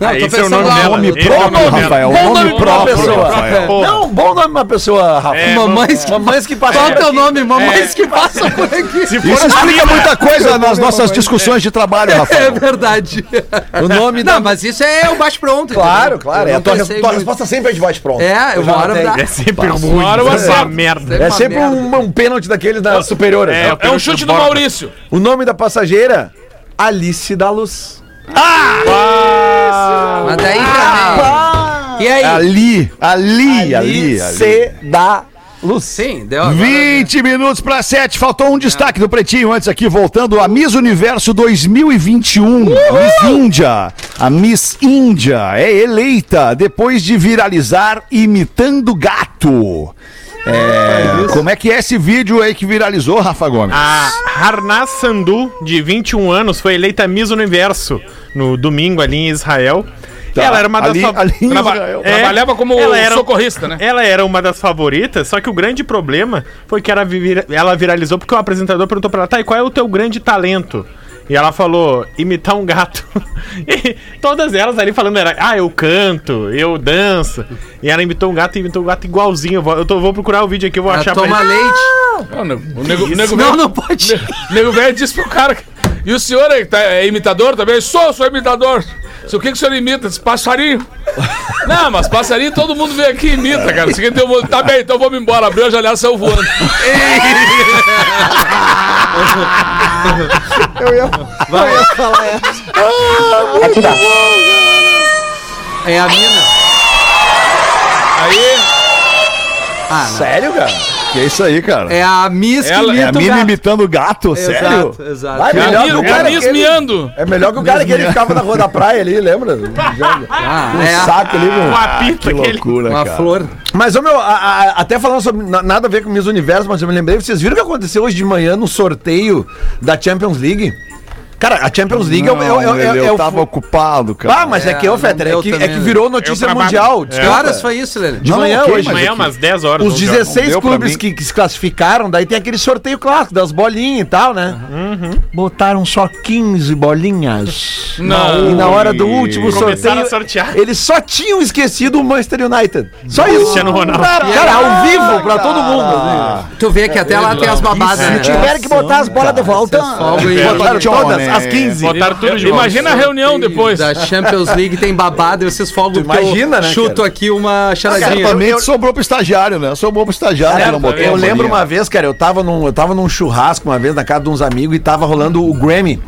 S3: Não,
S6: Ah,
S3: eu tô
S6: esse é o
S3: pensando
S6: nome
S3: lá,
S6: dela.
S2: Nome
S6: Esse é o
S2: próprio,
S6: nome dela.
S2: Rafael.
S7: Bom
S2: Nome
S7: nome pra uma
S2: próprio,
S7: pessoa.
S2: Rafael.
S6: Porra.
S7: Não, bom nome pra uma pessoa, Rafa.
S6: É,
S3: Mamães que...
S7: Mamães que passam.
S3: Qual é
S7: por
S3: teu
S7: aqui.
S3: nome? Mamães que passam por aqui.
S6: Se
S2: Isso
S6: for
S2: explica muita coisa nas nossas discussões de trabalho,
S3: É
S2: Rafael.
S3: verdade.
S7: O nome
S3: Não,
S7: da...
S3: mas isso é o baixo pronto.
S7: Claro, claro. É, a tua, res- tua
S3: resposta.
S7: resposta sempre é de voz pronta.
S3: É, eu
S7: já
S3: uma hora
S7: tenho.
S3: dá.
S6: É sempre ruim.
S5: Uma hora eu
S6: essa
S5: acerto.
S6: merda.
S7: É sempre um, um pênalti daqueles da superior.
S6: É,
S5: É um chute do Maurício.
S7: O nome da passageira? Alice da Luz.
S3: Mas daí também. E aí?
S7: Ah,
S2: Ali, ali, ali. ali,
S7: Alice da Luz.
S3: Sim, deu agora.
S2: 20 minutos para 7, faltou um destaque do Pretinho antes aqui, voltando a Miss Universo 2021, Miss Índia. A Miss Índia é eleita depois de viralizar imitando gato.
S7: Ah,
S2: É, como é que é esse vídeo aí que viralizou, Rafa Gomes?
S6: A Harnas Sandu, de 21 anos, foi eleita Miss Universo no domingo ali em Israel. Ela era uma das
S2: Tá. ali-
S6: fa-
S2: ali em
S6: Traba-
S2: Israel.
S6: É,
S5: Trabalhava como
S6: ela era-
S5: socorrista, né?
S6: Ela era uma das favoritas, só que o grande problema foi que ela, vira- ela viralizou porque o apresentador perguntou pra ela, tá, e qual é o teu grande talento? E ela falou, imitar um gato. e todas elas ali falando, era, ah, eu canto, eu danço. E ela imitou um gato e imitou um gato igualzinho. Eu vou, eu tô- vou procurar o vídeo aqui, eu vou
S2: Ah,
S3: Ela
S6: achar
S3: toma
S6: gente-
S7: Ah!
S3: leite.
S5: Não, o nego, o nego, o nego
S3: Não,
S5: velho,
S3: não pode.
S5: o nego velho disse pro cara. E o senhor é, tá- é imitador também? Sou, sou imitador. O que, que o senhor imita? Esse passarinho. Não, mas passarinho todo mundo vem aqui e imita, cara. Seguinte, eu vou, tá bem, então vamos embora. Abriu a janela, saiu voando.
S3: É a mina.
S5: Aí,
S7: Sério, cara?
S2: Que é isso aí, cara?
S3: É a Miss
S5: Ela-
S3: que
S2: É a
S3: imita o
S2: mina
S3: gato.
S2: imitando gato, sério?
S3: Exato, exato.
S5: é
S7: Vai, Ah, melhor
S5: a
S7: que o
S5: Miss- é a
S7: cara
S5: Miss
S7: que ele-
S5: miando.
S7: É melhor que o cara que ele ficava na rua da praia ali, lembra? Já-
S3: Ah,
S7: Um
S3: é a-
S7: saco ali,
S6: O
S7: meu.
S6: apito
S2: Ah, Que
S6: aquele.
S2: loucura,
S3: uma
S2: cara.
S3: flor.
S7: Mas, ô, meu, a- a- até falando sobre na- nada a ver com o Miss Universo, mas eu me lembrei, vocês viram o que aconteceu hoje de manhã no sorteio da Champions League? Cara, a Champions League é, o- é, o-
S2: Não,
S7: é, o- é,
S2: Lelê,
S7: o-
S2: eu tava ocupado, cara.
S7: Ah, mas é,
S3: É,
S7: que, ô, Fetter, é
S3: eu
S7: que, é
S3: também,
S7: que
S3: né?
S7: virou notícia
S6: Eu trabalho-
S7: mundial.
S3: Que
S7: desculpa.
S3: horas foi isso, Lelê?
S7: É. De
S2: Não,
S7: manhã é
S2: ok,
S7: hoje.
S2: mas
S6: Amanhã, umas 10 horas.
S7: Os
S6: onze horas.
S7: 16
S2: deu pra
S7: clubes
S2: mim.
S7: que, que se classificaram, daí tem aquele sorteio clássico das bolinhas e tal, né? Botaram só 15 bolinhas.
S5: Não.
S7: E na hora do último
S6: Começaram
S7: sorteio,
S6: a sortear.
S7: eles só tinam esquecido o Manchester United. Só isso.
S6: Cristiano Ronaldo.
S7: Cara, cara, ao vivo pra todo mundo.
S3: Tu vê que até lá tem
S7: É,
S3: as babadas, né?
S4: Tiveram que botar as bolas de volta.
S3: Algo e-
S7: Botaram
S2: Tchau,
S7: todas,
S2: né?
S7: as 15.
S6: Botaram tudo de volta.
S5: Imagina a reunião depois.
S3: Da Champions League tem babado e vocês folgam
S7: Tu imagina, né,
S3: chuto
S7: cara?
S3: aqui uma charadinha.
S2: Certamente sobrou pro estagiário, né? Sobrou pro estagiário.
S7: Cara,
S2: não botou
S7: É, eu
S2: a
S7: lembro
S2: bolinha.
S7: uma vez, cara, eu tava, num, eu tava num churrasco uma vez na casa de uns amigos e tava rolando o Grammy.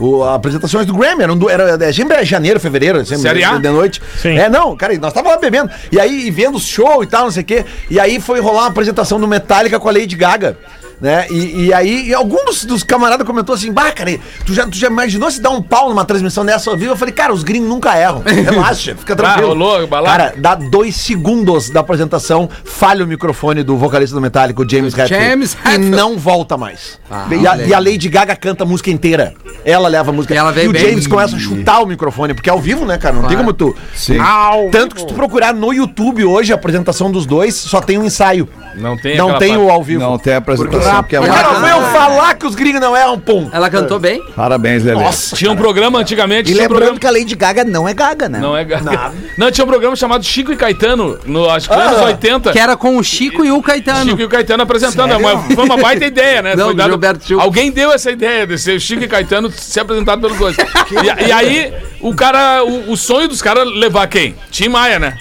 S7: O, a apresentações do Grammy, era, um do- era, era sempre é janeiro, fevereiro, sempre
S5: Série A?
S7: de, de noite.
S6: Sim.
S7: É, não, cara, nós tava lá bebendo. E aí, e vendo show e tal, não sei o quê. E aí foi rolar uma apresentação do Metallica com a Lady Gaga. Né? E, e aí, e algum dos, dos camaradas comentou assim: Bah, cara, tu já, tu já imaginou se dar um pau numa transmissão dessa ao vivo? Eu falei, cara, os gringos nunca erram. Relaxa, fica tranquilo.
S5: Ah, rolou, balada.
S7: Cara, dá dois segundos da apresentação, falha o microfone do vocalista do Metallica, o James Hetfield.
S3: James
S7: E
S3: Hetfield.
S7: não um volta mais.
S2: Ah,
S4: Ah,
S7: e, a, e a Lady Gaga canta a música inteira. Ela leva a música.
S3: E ela vem
S7: o
S3: bem.
S7: James começa a chutar o microfone, porque é ao vivo, né, cara? Não tem como tu.
S2: Sim.
S6: Au.
S7: Tanto que se tu procurar no YouTube hoje a apresentação dos dois, só tem um ensaio.
S5: Não tem
S7: Não
S5: aquela
S7: tem
S5: parte.
S7: o ao vivo.
S2: Não tem apresentação, porque é
S7: Mas, Cara,
S2: uma...
S3: Ela-
S7: vou eu falar que os gringos não é um erram, pum.
S3: Ela cantou bem?
S2: Parabéns, Lelê. Nossa.
S5: Tinha um programa antigamente.
S4: E
S5: tinha um
S4: lembrando
S5: programa-
S4: que a Lady Gaga não é gaga, né?
S5: Não é gaga. Não, tinha um programa chamado Chico e Caetano, no, acho que nos anos 80.
S3: Que era com o Chico e o Caetano.
S5: Chico e o Caetano apresentando. é uma- foi uma baita ideia, né?
S3: Não,
S5: Foi
S3: do Gilberto Gil.
S5: Alguém deu essa ideia de ser o Chico e Caetano ser apresentado pelos dois. e, e aí, o cara, o, o sonho dos caras é levar quem? Tim Maia, né?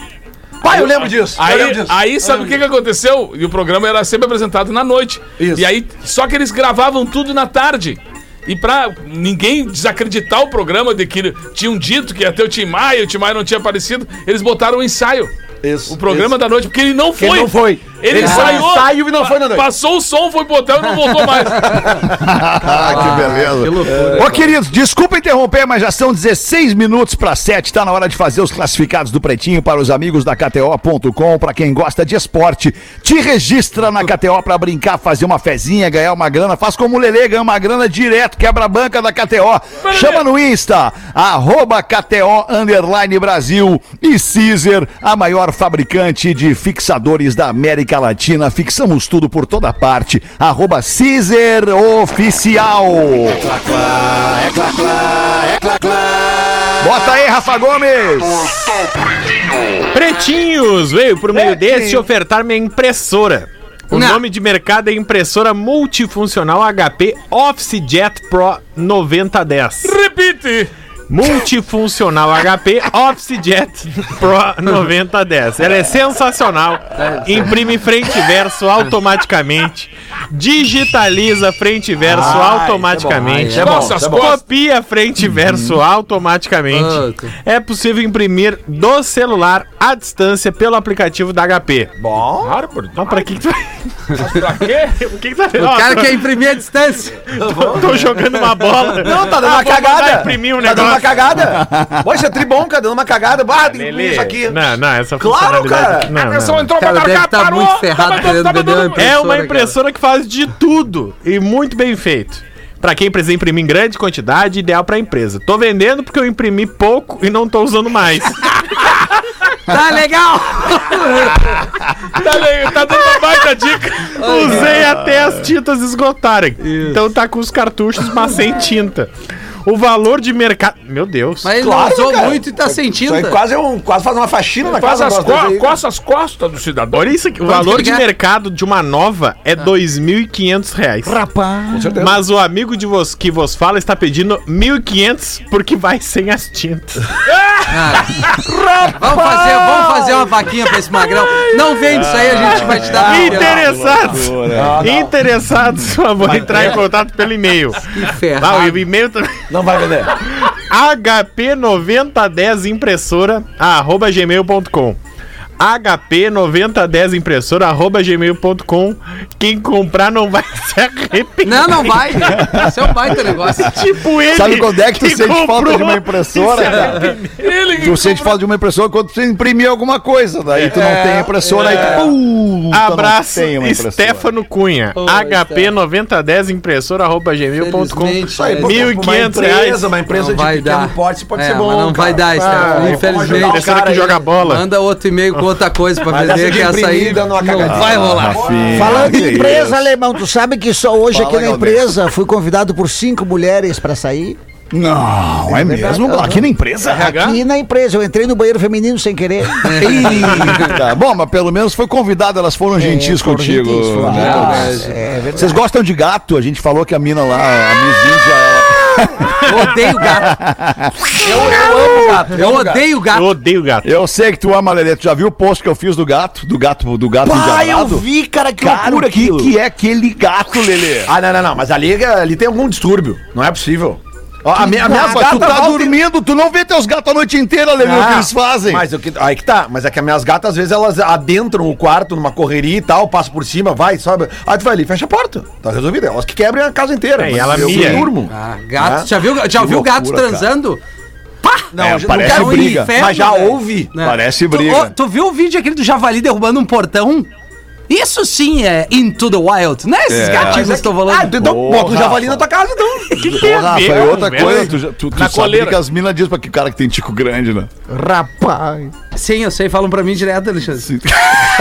S7: Pai, eu lembro disso. eu
S5: Aí,
S7: lembro disso.
S5: aí sabe o que, que aconteceu? E o programa era sempre apresentado na noite.
S7: Isso.
S5: E aí, só que eles gravavam tudo na tarde. E pra ninguém desacreditar o programa de que tinham dito que ia ter o Tim Maia, o Tim Maia não tinha aparecido, eles botaram o ensaio.
S7: Isso,
S5: O programa
S7: isso.
S5: da noite, porque ele não foi.
S7: Ele não foi.
S5: Ele,
S7: Ele foi um
S5: ensaiou.
S7: ensaio e não foi na noite.
S5: Passou o som, foi botar e não voltou mais.
S2: Ah, que beleza.
S3: Que loucura.
S2: Ô, queridos, desculpa interromper, mas já são 16 minutos para 7. Tá na hora de fazer os classificados do Pretinho para os amigos da KTO.com. Para quem gosta de esporte, te registra na KTO para brincar, fazer uma fezinha, ganhar uma grana. Faz como o Lele, ganha uma grana direto, quebra a banca da KTO. Chama no Insta, arroba KTO Underline Brasil e Caesar, a maior fabricante de fixadores da América. América Latina, fixamos tudo por toda parte. Arroba Cizer Oficial. Bota aí, Rafa Gomes.
S6: Pretinhos veio por meio desse ofertar minha impressora. O
S3: Não.
S6: nome de mercado é impressora multifuncional HP OfficeJet Pro 9010.
S5: Repite!
S6: Multifuncional HP OfficeJet Pro 9010. Ela é sensacional. Imprime frente e verso automaticamente. Digitaliza frente e verso automaticamente.
S5: é bom, isso é bom. Nossa, as costas.
S6: Copia frente e verso automaticamente.
S3: Puta.
S6: É possível imprimir do celular à distância pelo aplicativo da HP.
S7: Bom.
S6: Árvore? Mas pra que que tu
S5: Pra quê?
S6: O que que tá
S3: O cara é quer imprimir a distância.
S6: tô, tô jogando uma bola. Ah,
S7: Não, tá dando uma
S6: vou mandar
S7: cagada.
S6: imprimir um
S7: Tá dando uma
S6: negócio.
S7: cagada. Pô, isso é tribom, cara, dando uma cagada. Bah, tem que imprimir
S6: Lelê.
S7: isso aqui.
S6: Não, não, essa
S7: Claro,
S6: funcionalidade-
S7: cara.
S6: Não, não.
S5: Atenção, entrou
S3: Cara,
S5: pra
S3: deve
S5: marcar,
S3: tá
S5: parou!
S3: muito ferrado
S5: Tava-
S3: querendo
S5: tava
S3: beber
S5: dando-
S3: uma-
S6: É uma
S3: cara.
S6: impressora que faz de tudo e muito bem feito. Pra quem precisa imprimir em grande quantidade, ideal pra empresa. Tô vendendo porque eu imprimi pouco e não tô usando mais.
S3: Tá legal!
S6: tá, le- tá dando uma baita dica. Usei até as tintas esgotarem. Então tá com os cartuchos, mas sem tinta. O valor de mercado. Meu Deus.
S3: Mas ele
S7: Claro,
S3: não usou
S7: cara.
S3: muito e tá sentindo.
S7: Isso aí quase, é um, quase faz uma faxina na
S5: É, Faz
S7: casa.
S5: as
S7: do negócio
S5: co
S7: desse aí.
S5: coça as costas do cidadão.
S6: Olha isso aqui. O valor de
S3: ligar.
S6: mercado de uma nova é R$ 2.500. reais.
S7: Com certeza.
S6: Mas o amigo de vos, que vos fala está pedindo 1.500 porque vai sem as tintas.
S3: Vamos fazer, vamos fazer uma vaquinha pra esse magrão. Não vende isso aí, a gente vai te
S5: Ah.
S3: dar.
S6: interessados! Interessados, por favor, entrar em contato pelo e-mail.
S3: Que
S6: Ah,
S3: ferrado.
S6: o e-mail também.
S7: Não vai vender.
S6: hp9010impressora arroba gmail.com hp9010 impressora arroba gmail.com quem comprar não vai se arrepender
S3: Não, não vai. Isso é um baita negócio.
S6: tipo ele
S2: Sabe quando é que tu sente
S6: comprou
S2: falta de uma impressora, cara?
S5: Ele
S2: Tu sente falta de uma impressora quando tu imprimir alguma coisa. Daí tu não tem impressora. Aí tu, puta, não
S6: Abraço,
S2: tem uma impressora.
S6: Stefano Cunha.
S3: Pô,
S6: HP9010 impressora arroba gmail.com.
S3: Felizmente,
S7: Isso aí,
S3: é,
S7: pô,
S6: Mil e
S7: uma
S6: quinhentos
S7: empresa,
S6: reais.
S7: Uma empresa
S3: Não vai
S7: de pequeno
S3: dar.
S7: porte pode
S3: É,
S7: ser bom.
S3: mas não vai dar, Stefano,
S7: Ah, vamos
S3: infelizmente.
S7: ajudar o
S6: Impressora
S7: cara
S6: que
S7: aí.
S6: joga bola.
S3: Manda outro e-mail com outra coisa pra
S7: Mas
S3: vender
S7: essa de
S3: que essa aí
S7: imprimida
S3: não
S7: numa cagadinha.
S3: vai rolar.
S2: Rafinha,
S4: Falando
S2: Ah, que
S4: em empresa,
S2: isso.
S4: alemão, tu sabe que só hoje
S2: Fala,
S4: aqui na
S2: Galdêncio.
S4: empresa fui convidado por cinco mulheres pra sair.
S2: Não, é mesmo? Aqui na empresa?
S6: É.
S4: Aqui na empresa, eu entrei no banheiro feminino sem querer.
S2: Eita. Bom, mas pelo menos foi convidado, elas foram gentis
S4: foram
S2: contigo.
S4: gentis, foram
S2: né?
S4: gentis. É verdade.
S2: Vocês gostam de gato? A gente falou que a mina lá, a Miss Índia, ela-
S3: Odeio gato. Eu odeio
S6: Eu
S3: gato.
S6: odeio gato.
S2: Eu sei que tu ama, Lelê. Tu já viu o post que eu fiz do gato? Do gato, do gato
S7: Ah, eu
S2: enjaulado?
S7: vi, cara, que
S2: Cara,
S7: loucura
S2: o que,
S7: aquilo.
S2: que é aquele gato, Lelê?
S7: Ah, não, não, não, mas ali, ali tem algum distúrbio. Não é possível. Ó, a minha, a minha
S2: Rafa, tu
S7: gata
S2: tá
S7: volta e-
S2: dormindo, tu não vê teus gatos a noite inteira, Lelê, o que
S7: Ah,
S2: eles fazem.
S7: Mas o que, aí que tá, mas é que as minhas gatas, às vezes, elas adentram o quarto numa correria e tal, passam por cima, vai, sobe. Aí tu vai ali, fecha a porta. Tá resolvido. Elas que quebrem a casa inteira.
S6: É,
S7: mas
S6: e ela
S7: eu
S6: mia.
S7: durmo.
S3: Ah, gato. Já viu, já
S2: Que
S3: viu gato
S2: loucura, cara.
S3: transando?
S7: Não,
S2: É,
S7: eu já-
S2: parece
S7: nunca vi,
S2: briga.
S7: mas já
S3: velho.
S7: ouvi.
S3: Né?
S2: Parece
S3: Tu-
S2: briga.
S3: ó, Tu, viu o vídeo aquele do javali derrubando um portão? Isso sim é Into the Wild, né? Esses
S2: É.
S3: gatinhos que eu tô
S7: Ah,
S3: falando.
S7: então
S2: Ô,
S7: bota um
S2: Rafa.
S7: javali na tua casa, então.
S6: Que
S3: é
S2: Ô, Rafa, e é outra
S6: velho?
S2: coisa, tu, já- tu, tu
S5: Na
S2: sabe
S5: coleira.
S2: que as minas dizem pra que cara que tem tico grande, né?
S4: Rapaz.
S3: Sim, eu sei, falam pra mim direto, Alexandre.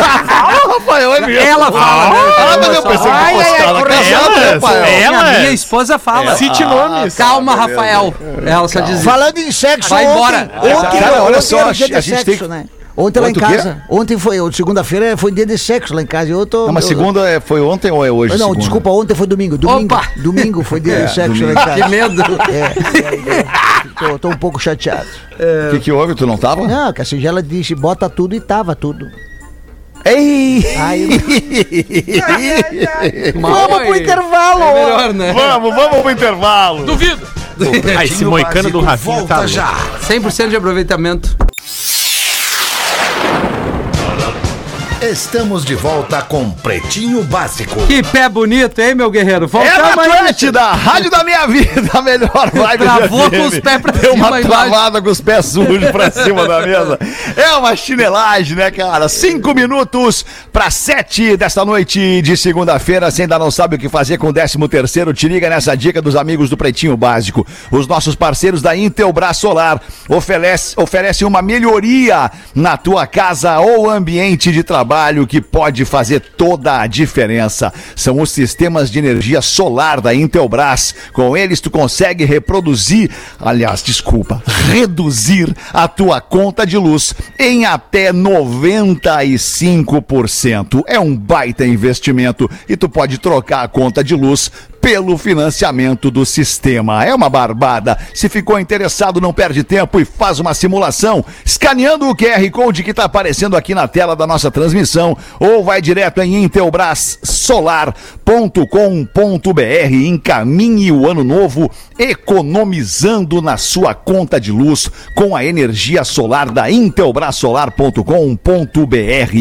S2: Rafael, é mesmo.
S3: Ela fala, né?
S2: Ah, mas eu pensei que
S3: Ai,
S2: fosse
S3: ai, ai,
S2: cara casada,
S6: elas,
S2: Rafael.
S6: é.
S3: Minha-
S6: Elas?
S3: Minha esposa fala. Ah,
S6: Cite nomes.
S3: Calma, Rafael. Ela só diz isso.
S4: Falando em sexo,
S3: Vai
S4: ontem,
S3: embora.
S4: ontem,
S2: Cara, olha
S4: ontem
S2: só,
S4: era
S2: a
S4: dia de
S2: gente- a gente
S4: sexo,
S2: tem que-
S4: né? Ontem lá em
S2: Ontem o quê?
S4: casa. Ontem foi, segunda-feira foi dia de sexo lá em casa. Eu tô.
S2: Não, mas
S4: eu-
S2: segunda é- foi ontem ou é hoje?
S4: Não,
S2: segunda? É,
S4: desculpa, ontem foi domingo. Domingo,
S3: Opa!
S4: domingo foi dia de sexo lá em casa.
S3: Que medo.
S4: É, é, tô, tô um pouco chateado.
S2: O que, que houve? Tu não tava?
S4: Não, que a singela disse, bota tudo e tava tudo.
S2: Ei!
S4: Aí
S3: Vamos pro intervalo. É melhor, né?
S2: Vamos, vamos pro intervalo.
S5: Duvido.
S6: Ah, esse moicano do Rafinha tá louco.
S3: 100% de aproveitamento.
S1: Estamos de volta com Pretinho Básico.
S3: Que pé bonito, hein, meu guerreiro?
S2: É na
S3: Voltamos aí.
S2: Atlântida, rádio da minha vida, a melhor vibe
S3: Travou
S2: do FM.
S3: com os pés pra
S2: Deu
S3: cima
S2: uma
S3: e
S2: travada com os pés sujos pra cima da mesa. É uma chinelagem, né, cara? Cinco minutos pra sete desta noite de segunda-feira. Você ainda não sabe o que fazer com o décimo terceiro, te liga nessa dica dos amigos do Pretinho Básico. Os nossos parceiros da Intelbras Solar oferece, oferecem uma melhoria na tua casa ou ambiente de trabalho trabalho que pode fazer toda a diferença. São os sistemas de energia solar da Intelbras. Com eles tu consegue reproduzir, aliás, desculpa, reduzir a tua conta de luz em até 95%. É um baita investimento e tu pode trocar a conta de luz pelo financiamento do sistema. É uma barbada. Se ficou interessado, não perde tempo e faz uma simulação, escaneando o QR Code que está aparecendo aqui na tela da nossa transmissão, ou vai direto em intelbrassolar.com.br e encaminhe o ano novo economizando na sua conta de luz com a energia solar da intelbrasolar.com.br.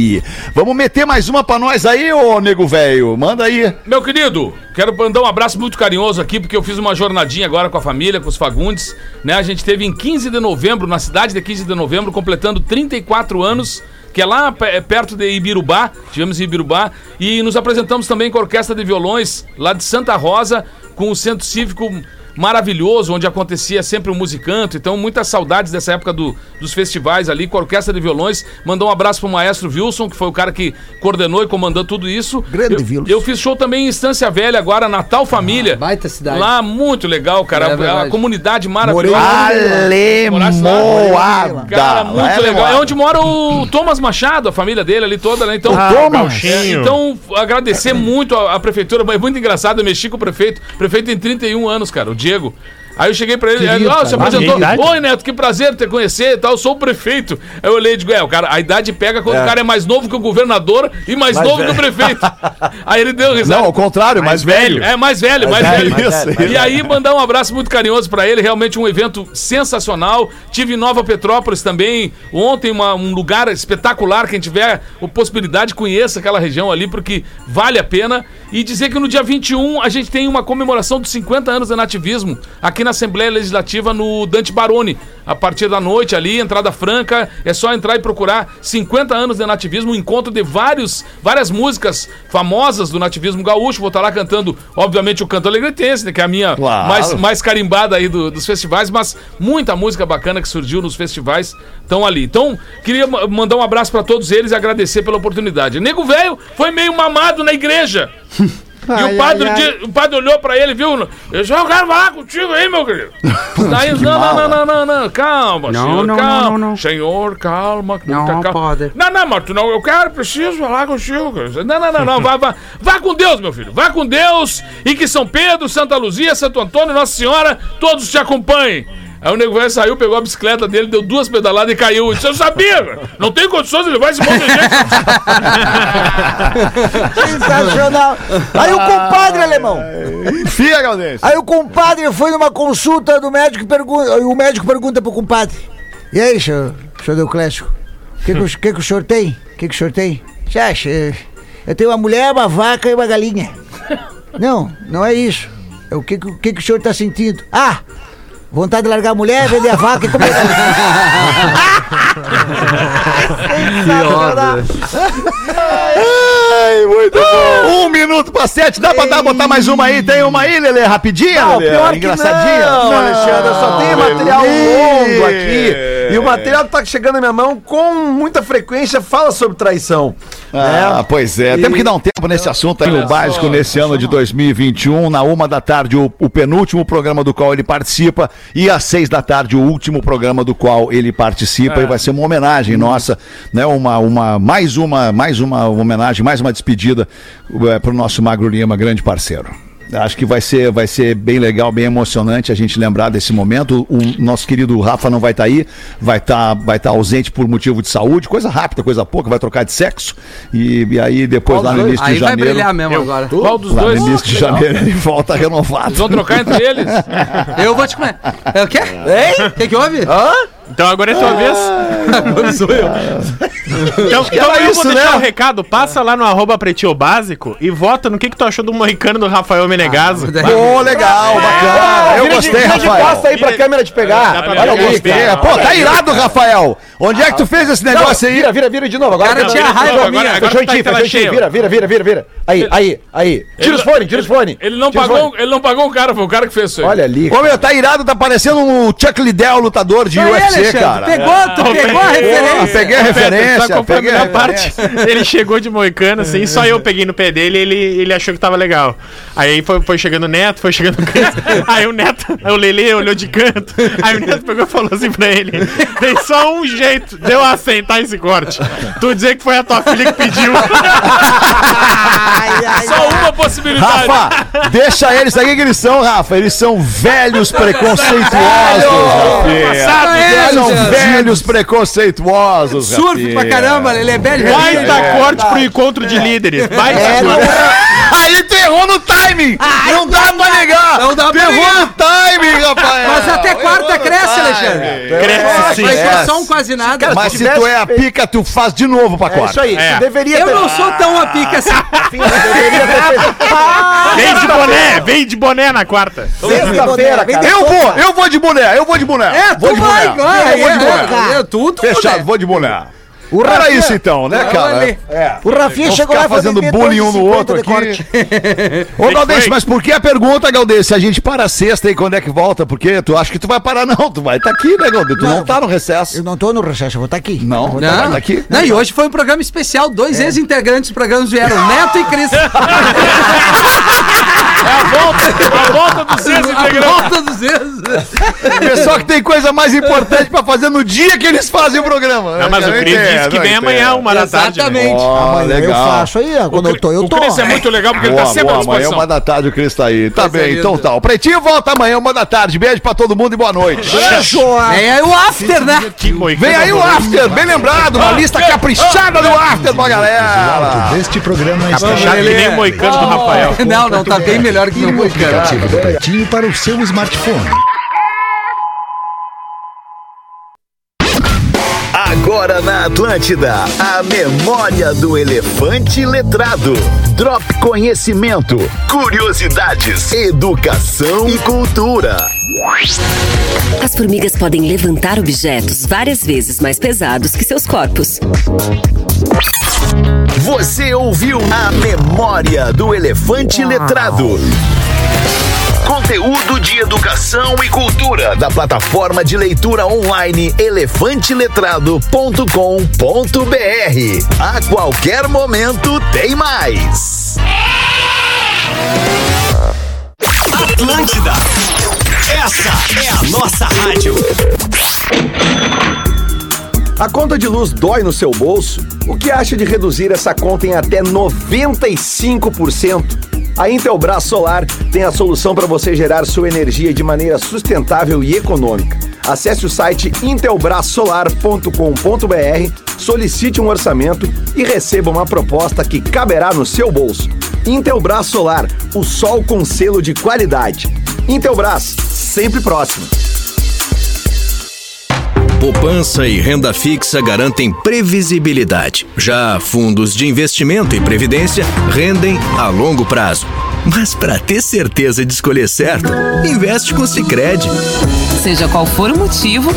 S2: Vamos meter mais uma para nós aí, ô nego velho. Manda aí.
S5: Meu querido, quero mandar um abraço muito carinhoso aqui, porque eu fiz uma jornadinha agora com a família, com os Fagundes. Né? A gente teve em 15 de novembro, na cidade de 15 de novembro, completando 34 anos, que é lá pe- perto de Ibirubá. Tivemos em Ibirubá. E nos apresentamos também com a Orquestra de Violões, lá de Santa Rosa, com o Centro Cívico maravilhoso, onde acontecia sempre um musicanto. Então, muitas saudades dessa época do- dos festivais ali, com a Orquestra de Violões. Mandou um abraço pro maestro Wilson, que foi o cara que coordenou e comandou tudo isso.
S4: Grande
S5: Eu-
S4: Wilson.
S5: Eu fiz show também em Estância Velha agora, Natal Família.
S3: Ah, baita cidade.
S5: Lá, muito legal, cara.
S3: É
S5: a,
S3: verdade.
S5: comunidade maravilhosa. Morasse lá?
S2: Alemoada.
S5: Cara, muito legal. É onde mora o Thomas Machado, a família dele ali toda, né? Então,
S2: O Thomas.
S5: é, então agradecer muito a, a prefeitura. É muito engraçado, eu mexi com o prefeito. O prefeito tem 31 anos, cara, o Diego. Aí eu cheguei pra ele, ele, ó, se apresentou.
S6: minha idade.
S5: Oi, Neto, que prazer te conhecer e tal, eu sou o prefeito. Aí eu olhei e digo, é, o cara, a idade pega quando o cara é mais novo que o governador e mais, novo que o prefeito. Aí ele deu risada.
S2: Não, ao contrário, mais, velho.
S5: É, mais velho, mais,
S2: velho,
S5: velho.
S2: mais velho, mais
S5: E aí, mandar um abraço muito carinhoso pra ele, realmente um evento sensacional. Tive em Nova Petrópolis também, ontem, uma- um lugar espetacular. Quem tiver a possibilidade, conheça aquela região ali, porque vale a pena. E dizer que no dia 21 a gente tem uma comemoração dos 50 anos do nativismo aqui na Assembleia Legislativa no Dante Baroni. A partir da noite ali, entrada franca, é só entrar e procurar 50 anos de nativismo, um encontro de vários, várias músicas famosas do nativismo gaúcho. Vou estar lá cantando, obviamente, o canto alegretense, né, que é a minha
S2: Claro.
S5: mais, mais carimbada aí do- dos festivais, mas muita música bacana que surgiu nos festivais estão ali. Então, queria ma- mandar um abraço pra todos eles e agradecer pela oportunidade. Nego velho foi meio mamado na igreja. E o padre, di- o padre olhou pra ele, viu? Eu já quero falar contigo aí, meu querido. Daí, não, não, não, não, não, não, calma,
S3: Não,
S5: senhor,
S3: não,
S5: calma.
S3: não, não, não.
S5: Senhor, calma, com
S3: Não,
S5: muita calma.
S3: padre.
S5: Não, não, mas tu não, eu quero, preciso falar contigo. cara. Não, não, não, não, vá, vá, vá com Deus, meu filho, vá com Deus e que São Pedro, Santa Luzia, Santo Antônio, Nossa Senhora, todos te acompanhem. Aí o nego velho saiu, pegou a bicicleta dele, deu duas pedaladas e caiu. Eu disse, eu sabia, cara. não tem condições de levar esse monte de gente.
S4: Sensacional. Aí o compadre alemão.
S2: Enfia, Galdêncio.
S4: Aí o compadre foi numa consulta do médico e pergunta, o médico pergunta pro compadre. E aí, senhor, senhor Deuclésico, o que, que, o- que que o senhor tem? O que, que o senhor tem? Você acha? eh, Eu tenho uma mulher, uma vaca e uma galinha. Não, não é isso. É o que, que, o que que o senhor tá sentindo? Ah! Vontade de largar a mulher, vender a vaca e comer. Sensacional.
S2: Ai, muito bom. Um minuto pra sete. Dá pra dar, botar mais uma aí? Tem uma aí, Lelê? Rapidinha?
S7: Não,
S2: Lelê?
S7: Ah, pior que
S2: Engraçadinha?
S7: não, Alexandre, eu só tenho material
S2: Lelê.
S7: longo aqui. E o material que tá chegando na minha mão com muita frequência fala sobre traição.
S2: Ah,
S7: né?
S2: pois é. Temos que dar um tempo nesse assunto aí, o básico, nesse ano de 2021. Na uma da tarde, o, o penúltimo programa do qual ele participa. E às seis da tarde, o último programa do qual ele participa.
S7: É.
S2: E vai ser uma
S7: Hum.
S2: homenagem nossa, né? Uma, uma, mais uma, mais uma homenagem, mais uma despedida eh, pro nosso Magro Lima, grande parceiro. Acho que vai ser, vai ser bem legal, bem emocionante a gente lembrar desse momento. O nosso querido Rafa não vai estar aí, vai estar vai tá ausente por motivo de saúde, coisa rápida, coisa pouca, vai trocar de sexo. E, e aí depois lá no início
S3: Aí
S2: de
S3: vai
S2: janeiro.
S3: brilhar mesmo agora.
S5: Qual dos
S2: Lá
S5: dois?
S2: no início de janeiro ele volta
S5: Eles vão
S2: renovado.
S5: trocar entre eles.
S3: Eu vou te comer. É Ah, o quê? O que, que houve?
S6: Então agora é sua
S2: Ah,
S6: vez. Então, então eu vou deixar
S2: né?
S6: o recado. Passa lá no arroba pretinho básico e vota no que, que tu achou do moicano do Rafael Menegaso.
S3: é
S2: Pô, legal,
S7: É.
S2: bacana. Eu gostei, Rafael.
S7: Passa aí pra câmera te pegar.
S6: Dá pra
S7: Olha,
S6: pegar.
S7: eu gostei.
S2: É, Pô, tá irado, Rafael. Onde é que tu fez esse negócio aí?
S7: Vira, vira, vira de novo. Agora
S3: Cara,
S7: Não,
S3: tinha
S7: vira de
S3: raiva
S7: novo,
S6: minha.
S7: Agora,
S6: Agora
S7: fechou
S6: tá
S7: em ti,
S6: em tela
S7: fechou em ti.
S6: cheia.
S7: Vira, vira, vira, vira, vira. Aí, aí, aí. Tira os fones, tira os fones.
S5: Ele não
S7: Tira os
S5: pagou, um
S7: fones.
S5: ele não pagou o cara, foi o cara que fez isso aí.
S7: Olha ali.
S4: é
S2: Ô, meu, tá irado, tá parecendo um Chuck Liddell, lutador de UFC. você,
S3: Alexandre?
S2: cara.
S3: Pegou, tu pegou a
S2: Ah,
S3: referência.
S2: peguei a referência,
S6: Sabe qual foi a
S2: peguei a
S6: melhor
S2: referência.
S6: parte? Ele chegou de moicano, assim, só eu peguei no pé dele e ele, ele achou que tava legal. Aí foi, foi chegando o Neto, foi chegando o Câncer. Aí o Neto, aí o Lele olhou de canto. Aí o Neto pegou e falou assim pra ele: tem só um jeito de eu aceitar esse corte. Tu dizer que foi a tua filha que pediu.
S5: Só uma possibilidade.
S2: Rafa, deixa eles aí que eles são, Rafa. Eles são velhos preconceituosos, Rafinha.
S3: Sabe, é um
S2: Eles
S3: velho,
S2: são
S3: Alexandre?
S2: velhos preconceituosos,
S3: Surf pra caramba,
S2: né?
S3: ele é velho.
S6: Vai dar corte pro encontro de líderes. Vai
S2: É,
S6: dar corte.
S2: Aí tu errou no timing!
S3: Ah.
S2: não dá pra ligar!
S3: Não dá
S2: Tu
S3: pra
S2: errou
S3: ligar.
S2: no timing, rapaz!
S3: Mas até quarta cresce, Alexandre.
S6: Cresce sim.
S3: Mas
S2: Cresce.
S3: só um quase nada.
S2: Mas se tu é a pica, tu faz de novo pra quarta.
S7: Isso aí,
S6: É.
S7: tu deveria
S3: Eu
S7: ter-
S3: não sou tão a pica assim.
S6: Vem de boné, vem de boné na quarta.
S7: Sexta-feira, cara.
S2: Eu vou, eu vou de boné, eu vou de boné.
S3: É,
S2: vou
S3: tu vai,
S2: boné.
S3: vai.
S2: Eu vou de
S3: é,
S2: boné.
S3: é, tu, tu,
S2: Fechado,
S3: né?
S2: vou de boné. Era
S4: Rafinha-
S2: isso então, né, cara?
S3: ali.
S2: É.
S4: O Rafinha
S2: Vão
S4: chegou lá
S2: ficar
S4: e falou,
S2: fazendo
S4: "Me dê
S2: bullying um no
S4: 2,50
S2: outro
S4: de
S2: aqui.
S4: corte."
S2: Ô, Galdêncio,
S6: foi?
S2: mas por que a pergunta, Galdêncio? A gente para sexta e quando é que volta? Porque tu acha que tu vai parar, não. Tu vai estar aqui, né, Galdêncio? Tu não, tá no recesso.
S4: Eu não tô no recesso, eu vou estar aqui.
S2: Não, não. Tá,
S3: Não,
S2: tá aqui. É.
S3: não, e hoje foi um programa especial. Dois ex-integrantes do programa vieram, Neto e Cris.
S5: É a volta, a volta dos seis
S3: a
S5: integrantes.
S3: volta dos ex.
S2: Pessoal É que tem coisa mais importante pra fazer no dia que eles fazem o programa.
S6: Não, mas o Cris disse que vem amanhã, uma da tarde. né?
S3: Exatamente.
S2: Ah,
S4: Amanhã eu
S2: legal.
S4: faço aí, ó, quando eu tô, eu
S5: o
S4: tô.
S5: Cris é muito legal porque ele
S2: boa,
S5: tá sempre à
S2: boa, amanhã é
S5: disposição.
S2: uma da tarde o Cris tá aí. Tá
S3: Coisa
S2: bem,
S3: linda.
S2: então tá. O Pretinho volta amanhã, uma da tarde. Beijo pra todo mundo e boa noite.
S4: É,
S3: Vem aí o after, né?
S6: Que moicano.
S2: Vem aí o After, bem lembrado, uma lista caprichada do After pra galera.
S1: Este programa está
S6: Caprichado que nem o moicano do Rafael.
S3: É. Não, não, tá bem melhor que o meu cara.
S1: ativo do Pretinho para o seu smartphone. Agora na Atlântida, a memória do elefante letrado. Drop conhecimento, curiosidades, educação e cultura.
S10: As formigas podem levantar objetos várias vezes mais pesados que seus corpos.
S1: Você ouviu a memória do elefante letrado. Conteúdo de educação e cultura da plataforma de leitura online elefanteletrado.com.br. A qualquer momento tem mais.
S11: Atlântida. Essa é a nossa rádio.
S7: A conta de luz dói no seu bolso? O que acha de reduzir essa conta em até 95%? A Intelbras Solar tem a solução para você gerar sua energia de maneira sustentável e econômica. Acesse o site intelbrasolar.com.br, solicite um orçamento e receba uma proposta que caberá no seu bolso. Intelbras Solar, o sol com selo de qualidade. Intelbras, sempre próximo.
S11: Poupança e renda fixa garantem previsibilidade. Já fundos de investimento e previdência rendem a longo prazo. Mas para ter certeza de escolher certo, investe com Sicredi.
S10: Seja qual for o motivo,